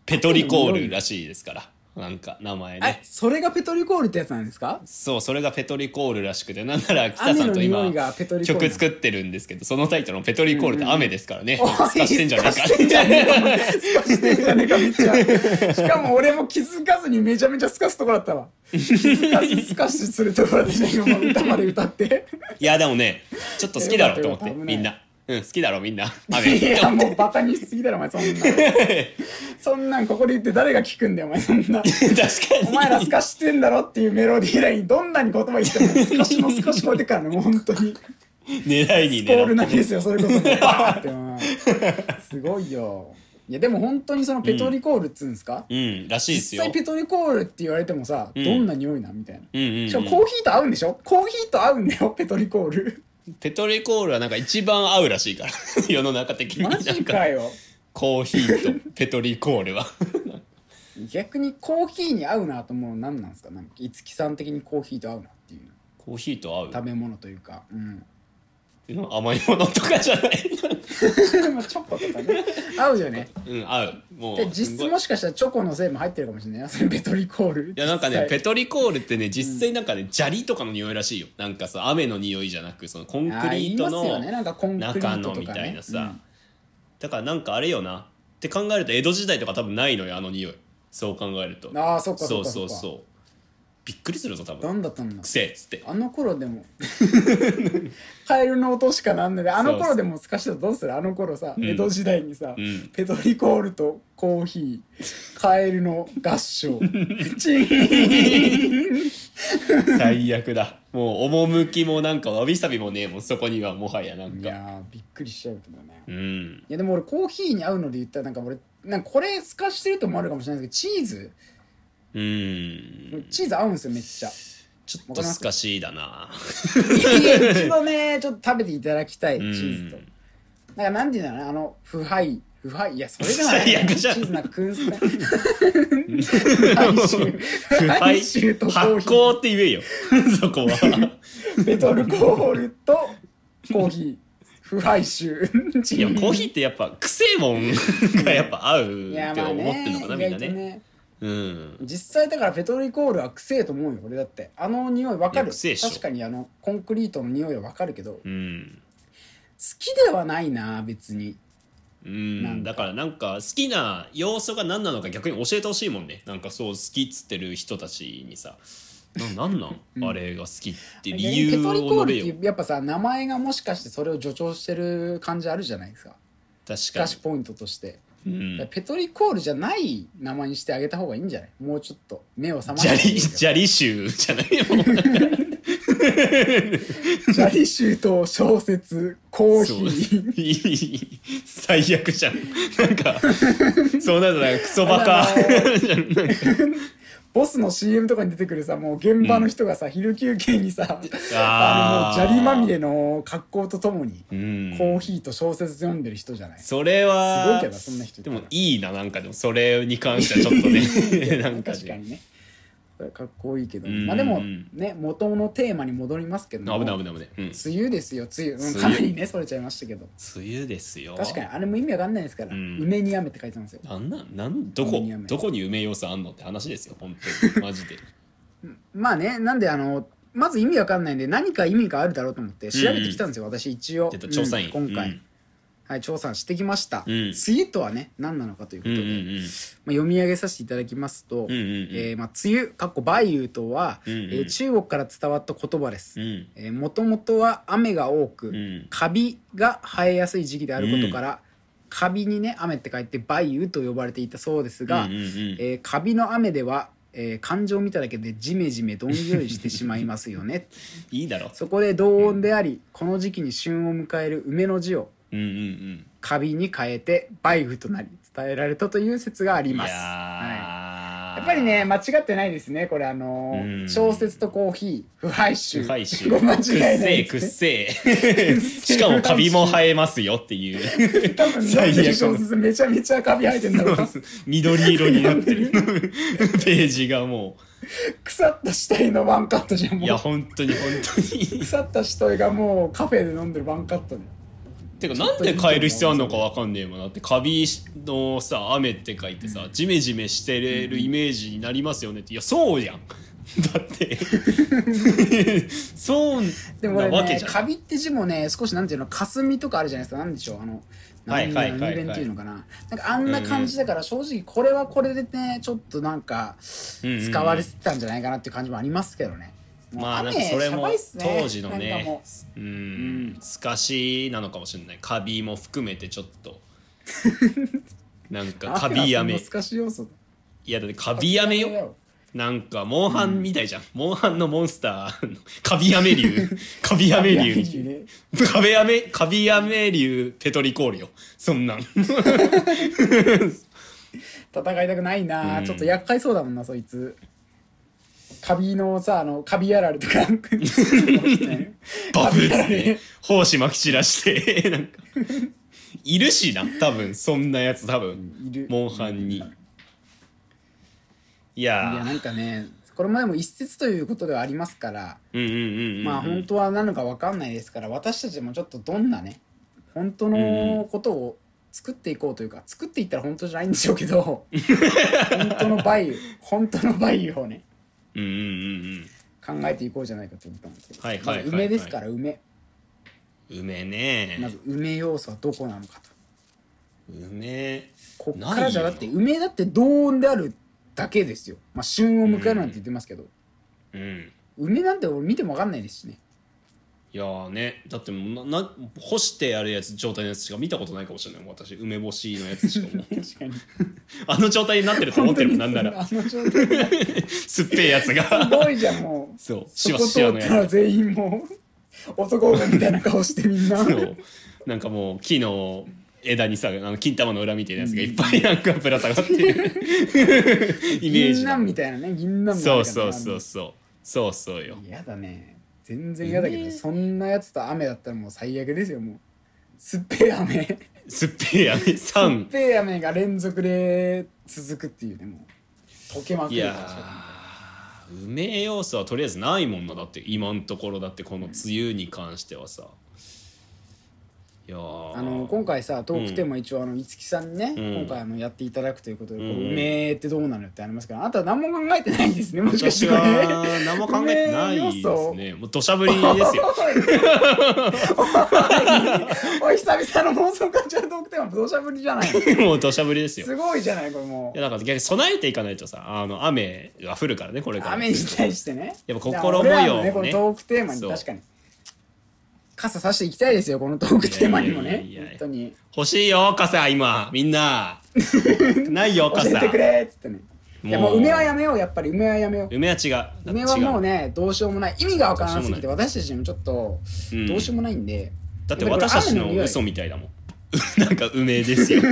ペトリコールらしいですからなんか名前えねそれがペトリコールってやつなんですかそうそれがペトリコールらしくてなんなら北さんと雨の匂今いがペトリコール曲作ってるんですけどそのタイトルの「ペトリコール」って雨ですからねおい透か [LAUGHS] してんじゃねえか透かしてんじゃねえかお前透かしてんじゃねえかめっちゃしかも俺も気づかずにめちゃめちゃ透かすとこだったわ気づかず透かしするところでしょ今歌まで歌っていやでもねちょっと好きだろうと思っよてかったよかったみんなうん好きだろ [LAUGHS] みんない雨やもうバカにしすぎだろお前そんなそんなんここで言って誰が聞くんだよお前そん [LAUGHS] な [LAUGHS] 確おか前ら透かしてんだろっていうメロディーラインどんなに言葉言っても透かしも透かしも出てからねもう本当にに狙いにスポール狙投ってげですよそれこそもうバーってう [LAUGHS] んすごいよいやでも本当にそのペトリコールっつうんですか、うんらしいです実よ際ペトリコールって言われてもさ、んどんな匂いなんみたいな、うんうんしうかんもコーヒーと合うんでしょコーヒーと合うんだよペトリコールペトリコールはなんか一番合うらし [LAUGHS] いから世の中的にマ [LAUGHS] なジんかかよコーヒーとペトリコールは逆にコーヒーに合うなと思うの何なんですかなんか五木さん的にコーヒーと合うなっていうコーヒーと合う食べ物というか、 [LAUGHS] うん、甘いものとかじゃない、まあチョコとかね [LAUGHS] 合うよねうん、合うもでう実す質ごいもしかしたらチョコの成分入ってるかもしれないなそれペトリコールいやなんかねペトトリコールってね実際なんかね、砂利とかの匂いらしいよなんかさ雨の匂いじゃなくそのコンクリートあー言いますよのねなんかコンクリートとか中ねのみたいなさ、だからなんかあれよなって考えると江戸時代とか多分ないのよあの匂いそう考えるとああそっかそっそうかそっうかそうびっくりするぞ多分何だったんだくせえっつってあの頃でも [LAUGHS] カエルの音しかなんないであの頃でも透かしてたらどうするあの頃さ、ん江戸時代にさ、うんペトリコールとコーヒーカエルの合 [LAUGHS] 唱チーン最悪だもう趣もなんかわびさびもねえもんそこにはもはやなんいかやーびっくりしちゃうけどね、ういんやでも俺コーヒーに合うので言ったらなんか俺なんかこれ透かしてるともあるかもしれないですけどチーズうんチーズ合うんですよめっちゃちょっとすかしいだな。一度ねちょっと食べていただきたいチーズとうんなんかなんていうんだろうねあの腐敗腐敗いやそれではない最悪じゃんチーズな燻製腐敗臭腐腐敗敗発臭とコーヒ酵って言えよ。 [LAUGHS] そ [LAUGHS] こは。ーベトルコールとコーヒー腐敗臭チいや、コーヒーーってやっぱ、くせえもんがやっぱ合ういっやてまあ思ってんねのかな、意みんな外とね。ねうん。実際だからペトリコールはくせえと思うよ俺だってあの匂いわかいるや臭えっしょ確かにあのコンクリートの匂いはわかるけど好うん。きではないな別にうなんん、かだからなんか好きな要素が何なのか逆に教えてほしいもんねなんかそう好きっつってる人たちにさななんなん、あれが好きって理由ペトリコーをル述べっよてやっぱさ名前がもしかしてそれを助長してる感じあるじゃないですか確透かかしポイントとして、に、うだからん、ペトリコールじゃない名前にしてあげた方がいいんじゃないもうちょっと目を覚ま砂して利砂利臭じゃないよジャリシュート小説コーヒーー [LAUGHS] 最悪じゃんなんかそうなるとなんかクソバカボスの CM とかに出てくるさもう現場の人がさ、昼休憩にさあ [LAUGHS] あーのもう砂利まみれの格好とともに、うんコーヒーと小説読んでる人じゃないすそれごはいけどそんな人いたでらもいいななんかでもそれに関してはちょっとね [LAUGHS] なんか確かねにねそれはかっこいいけど、うんまあでもね元のテーマに戻りますけど危もない危ない危ない、うん、梅梅雨ですよ梅雨、うん、梅雨かなりねそれちゃいましたけど雨ですよ確かにあれも意味わかんないですから「うん梅に雨」って書いてますよなんなんなんど梅こに雨どこに梅要素あんのって話ですよ本 [LAUGHS] 当にマジでまあねなんであのまず意味わかんないんで何か意味があるだろうと思って調べてきたんですよ、私一応出た調査員、うん今回、うんはい、調査してきました、うん梅雨とはね何なのかというこうんとうで、んまあ、読み上げさせていただきますと、うんうんうんえーまあ、梅雨かっこ梅雨とは、うんうんえー中国から伝わった言葉ですう、んえー、もともとは雨が多く、んカビが生えやすい時期であることから、カビにね雨って書いて梅雨と呼ばれていたそうですが、うんうんうんえーカビの雨では、えー感情を見ただけでジメジメどんよりしてしまいますよ [LAUGHS] ねいいだろそこで同音であり、この時期に旬を迎える梅の字をうんうんうんカビに変えて梅雨となり伝えられたという説があります。いやはいーやっぱりね間違ってないですねこれあのーうん小説とコーヒー不敗臭深いし、これ間くっ [LAUGHS] せ違いないえですく [LAUGHS] ねっせえしかもカビも生えますよっていう多分最悪読んでる小説めちゃめちゃカビ生えてんだろうな [LAUGHS] 緑色になってる [LAUGHS] ページがも腐った死体のワンカットじゃんうもいやう本当に本当に腐った死体がもうカフェで飲んでるワンカットでてかなんで変える必要あるのかわかんねえもんなだってカビのさ雨って書いてさジメジメしてるイメージになりますよねっていやそうじゃん [LAUGHS] だって [LAUGHS] そうでなもわ俺けねじゃんカビって字もね少しなんていうの霞とかあるじゃないですかなんでしょうあのはい何はいはいはい弁っていうのかななんかあんな感じだから正直これはこれでねちょっとなんかうんうん使われてたんじゃないかなっていう感じもありますけどねもうまあなんか雨それやもばいっすね当時のなんかねもうんうん透かしなのかもしれないカビも含めてちょっ [LAUGHS] となんうかカビ雨雨はい難しい要素やだってカビ雨よなんかモンハンみたいじゃん、モンハンのモンスターのカビ [LAUGHS] 雨流カビ雨雨流流ねカビ雨カビ雨流ペトリコールよそんなん戦いたくないな、うんちょっと厄介そうだもんなそいつカビのさあのカビやられとか [LAUGHS] バブっカビやらて、れね、胞子まき散らして [LAUGHS] なんかいるしな多分そんなやつ多分いるモンハンにいいややーなんかねこれもでも一説ということではありますから、うんうんうんうんうんまあ本当は何のか分かんないですから私たちもちょっとどんなね本当のことを作っていこうというか作っていったら本当じゃないんでしょうけど [LAUGHS] 本当のバイユ本当のバイユをねうんうんうん考えていこうじゃないかと思ったんですけど、はいはいはいはいまず梅ですから梅うん梅ねまず梅要素はどこなのかと梅こっからじゃなだいっよて梅だって同音であるだけですよまあ旬を迎えるなんて言ってますけど、うん梅なんて俺見ても分かんないですしねいやーねだってもうなな干してあるやつ状態のやつしか見たことないかもしれないもん私梅干しのやつしか [LAUGHS] もう確かにあの状態になってると思ってるもんなんならあの状態酸っぺいやつすがごいじゃんも [LAUGHS] うそうそシワこシ通ワっのたらや全員もう男がみたいな顔してみんなつ [LAUGHS] そうなんかもう木の枝にさあの金玉の裏みたいなやつがいっぱいなんかぶら下がって [LAUGHS] るイメージ銀だ杏みたいなね銀杏みたいそなうそうそうそうそうそうよやだね全然嫌だけど、ねそんなやつと雨だったらもう最悪ですよもうすっぺい雨す酸っぺい雨っ [LAUGHS] 酸ぺい雨が連続で続くっていうねもう溶けまくいるやからー梅要素はとりあえずないもんなだって今のところだってこの梅雨に関してはさいやーあの今回さトークテーマ一応あの五木さんにね、うん今回あのやっていただくということで、こううん梅ってどうなのってありますけどあなたは何も考えてないんですねもしかして私これは何も考えてないですねもう土砂降りです [LAUGHS] よおい [LAUGHS] 久々の妄想会じゃトークテーマ土砂降りじゃないのもう土砂降 [LAUGHS] りですよすごいじゃないこれもいうやだから逆に備えていかないとさあの雨が降るからねこれから雨に対してねやっぱ心模様をねいや俺らのこのトークテーマにそう確かに傘さしていきたいですよこのトークテーマにもねいやいやいや本当に欲しいよ傘今みんなないよ教え傘てくれっつってねいやもう梅はやめようやっぱり梅はやめよう梅は違う梅はもうねどうしようもない意味がわからなすぎてど私たちにもちょっと違う、うんどうしようもないんで、だって私たちの嘘みたいだもん [LAUGHS] なんか梅です [LAUGHS] よ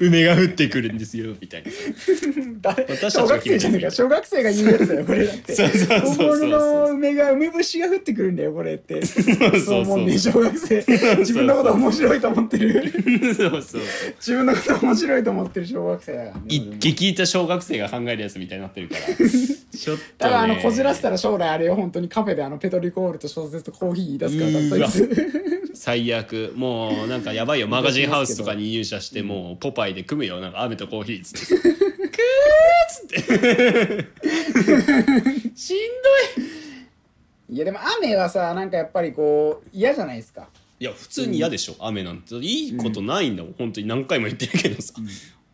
梅が降ってくるんですよみたいな [LAUGHS] 誰私た小ちが学決生めてじるゃねえか小学生が言うやつだよこれだ [LAUGHS] ってそうそうそうそう本物の梅が梅干しが降ってくるんだよこれってそう思うんで小学生自分のこと面白いと思ってるそうそう自分のこと面白いと思ってる小学生だからね一気聞いた小学生が考えるやつみたいになってるから [LAUGHS] ちょっと、ね、だからあのこじらせたら将来あれよ本当にカフェであのペトリコールと小説とコーヒー出すから多分そいつ最悪もうなんかやばいよマガジンハウスとかに入社してもうポパイで組むよなんか雨とコーヒーっつってくーっつってしんどいい [LAUGHS] やでも雨はさなんかやっぱりこう嫌じゃないですかいや普通に嫌でしょ、雨なんていいことないんだもん本当に何回も言ってるけどさ、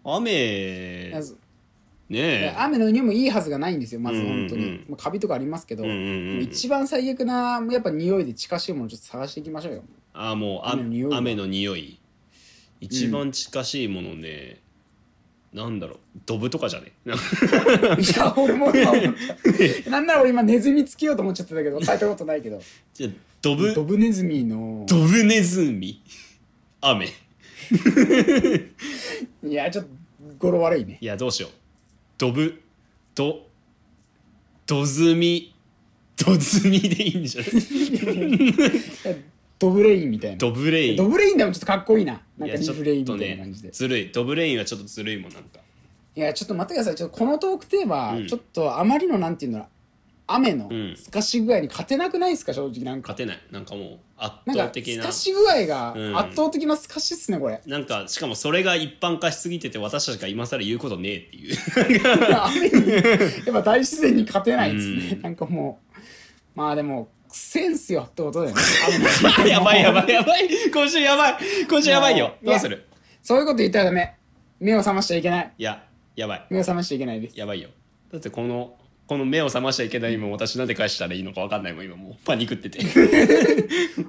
雨まねずえ雨の匂いもいいはずがないんですよまず本当に、うんうんうんまあ、カビとかありますけど、うんうんうんもう一番最悪なやっぱ匂いで近しいものをちょっと探していきま [LAUGHS] しょうよあーもうあ雨の匂いが雨の匂い一番近しいものね、なんだろうドブとかじゃねいや俺も今思ったなんなら俺今ネズミつけようと思っちゃってたけど耐えたことないけどじゃあドブドブネズミのドブネズミ雨いやちょっと語呂悪いねいやどうしようドブドドズミドズミでいいんじゃないドブレインみたいなドブレインドブレインでもちょっとかっこいいななんいかやリちょっフレインみたといなね感じでずるいドブレインはちょっとずるいもんなんかいやちょっと待ってくださいちょっとこのトークテーマ、うんちょっとあまりのなんていうの雨のん透かし具合に勝てなくないですか正直なんか勝てないなんかもう圧なん倒か的透なかし具合がうん圧倒的な透かしっすね [LAUGHS] これなんかしかもそれが一般化しすぎてて私たちが今更言うことねえっていう [LAUGHS] 雨にやっぱ大自然に勝てないですね、うんなんかもうまあでもセンスよってことだよねあやばいやばいやばい今週やばい今週やばいよいやどうするそういうこと言ったらダメ目を覚ましちゃいけないいややばい目を覚ましちゃいけないですやばいよだってこのこの目を覚ましちゃいけない今私なんで返したらいいのか分かんないもん今もうパニ [LAUGHS] クってて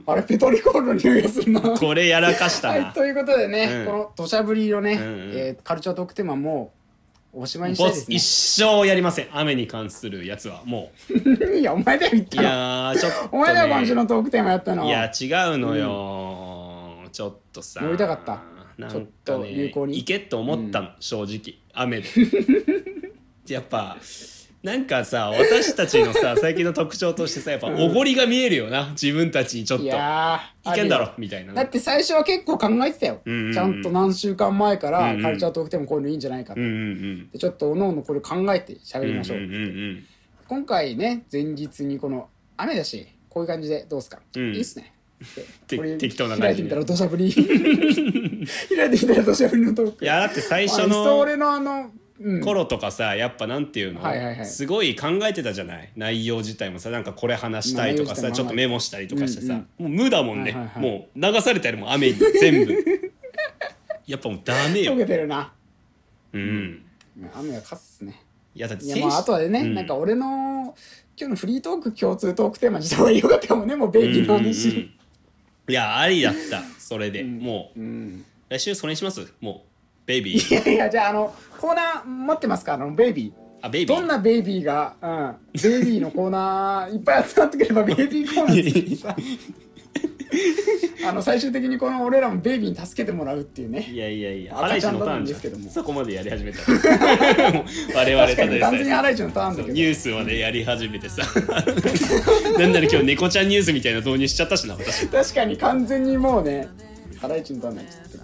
あれペトリコールの匂いがするな [LAUGHS] これやらかしたはい、なということでね、うんこの土砂降りのね、んうんえーカルチャートークテーマもうおしまいにしたいボでスすね一。生やりません雨に関するやつはもいや、お前だよ、言っうたの。いやーちょっと、ね、お前だよ、今週のトークテーマやったの。いや違うのよ、ちょっとさ乗りたかったなんちか、ょっね、と流行に行けと思ったの、正直雨で [LAUGHS] やっぱなんかさ私たちの [LAUGHS] さ最近の特徴としてさやっぱおごりが見えるよな自分たちにちょっいといやーけんだあろるみたいなよだって最初は結構考えてたよ。うんうんうんちゃんと何週間前からうんうんカルチャートークテーマこういうのいいんじゃないかと。うんうんでちょっとおのおのこれ考えて喋うんりましょう。うんうん今回ね、前日にこの雨だし、こういう感じでどうすか、うんいいっすね。てこれ適当な感じで開いてみたら土砂降り。 [LAUGHS] 開いてみたら土砂降りのトーク。いやだって最初まあいっその俺のあの、うん、頃とかさやっぱなんていうの、はいはいはいすごい考えてたじゃない内容自体もさなんかこれ話したいとか内容自体さもちょっとメモしたりとかしてさ、うんもう無だもんはね、いはいはいもう流されてるもん雨に全部 [LAUGHS] やっぱもうダメ溶 [LAUGHS] よけてるなうん雨が勝つっすねいやだっていやまああとはね、うんなんか俺の今日のフリートーク共通トークテーマにした方がよかったかもねもうベイキーのうんうんう話んいやありだったそれで、もううん、来週それにしますもうベイビいーやいやじゃああのコーナー待ってますかあのベイビあベイービーどんなベイビーが、うん、ベイビーのコーナーいっぱい集まってくればベイビーコーナー作って [LAUGHS] さあの最終的にこの俺らもベイビーに助けてもらうっていうねいやいやいや赤荒ちゃ市んだのターンったんでじすけゃどもんそこまでやり始めた [LAUGHS] もう我確々かただにで完全さにえハライチのターンだけニどュースまでやり始めてさ [LAUGHS] なんなら今日猫ちゃんニュースみたいな導入しちゃったしな私確かに完全にもうねハライチのターンになっちゃってる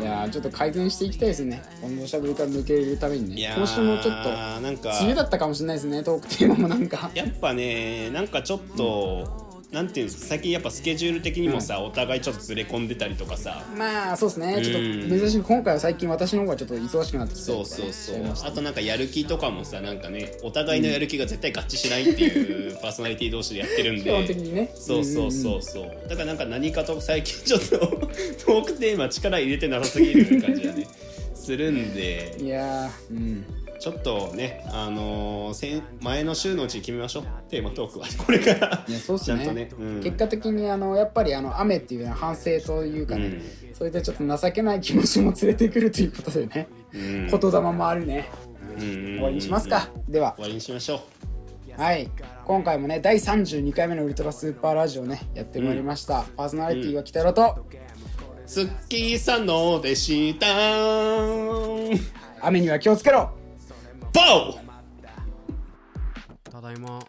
いやーちょっと改善していきたいですねこのおしゃべりから抜けるためにね今週もちょっと梅なんか雨だったかもしれないですねトークテーマもなんかやっぱねなんかちょっと、なんていうんですか最近やっぱスケジュール的にもさ、お互いちょっとずれ込んでたりとかさまあそうですねちょっうとん珍しく今回は最近私の方がちょっと忙しくなってきてそうそうそうやりましたあとなんかやる気とかもさなんかねお互いのやる気が絶対合致しないっていうパーソナリティ同士でやってるん基本的で。にねそうそうそうそうだからなんか何かと最近ちょっと [LAUGHS] トークテーマ力入れてなさすぎる感じがねするんでうんいやーうんちょっとねあのー先前の週のうちに決めましょうテーマトークは [LAUGHS] これからいやそうっちすゃねんとね、うん、結果的にあのやっぱりあの雨っていうのは反省というかね、そういったちょっと情けない気持ちも連れてくるということでね、うん言霊もあるね、い終終わりにしますかでは終わりにしましょうはい今回もね第32回目のウルトラスーパーラジオねやってまいりました、パーソナリティは北野とツッキーさんのでした雨には気をつけろバオただいま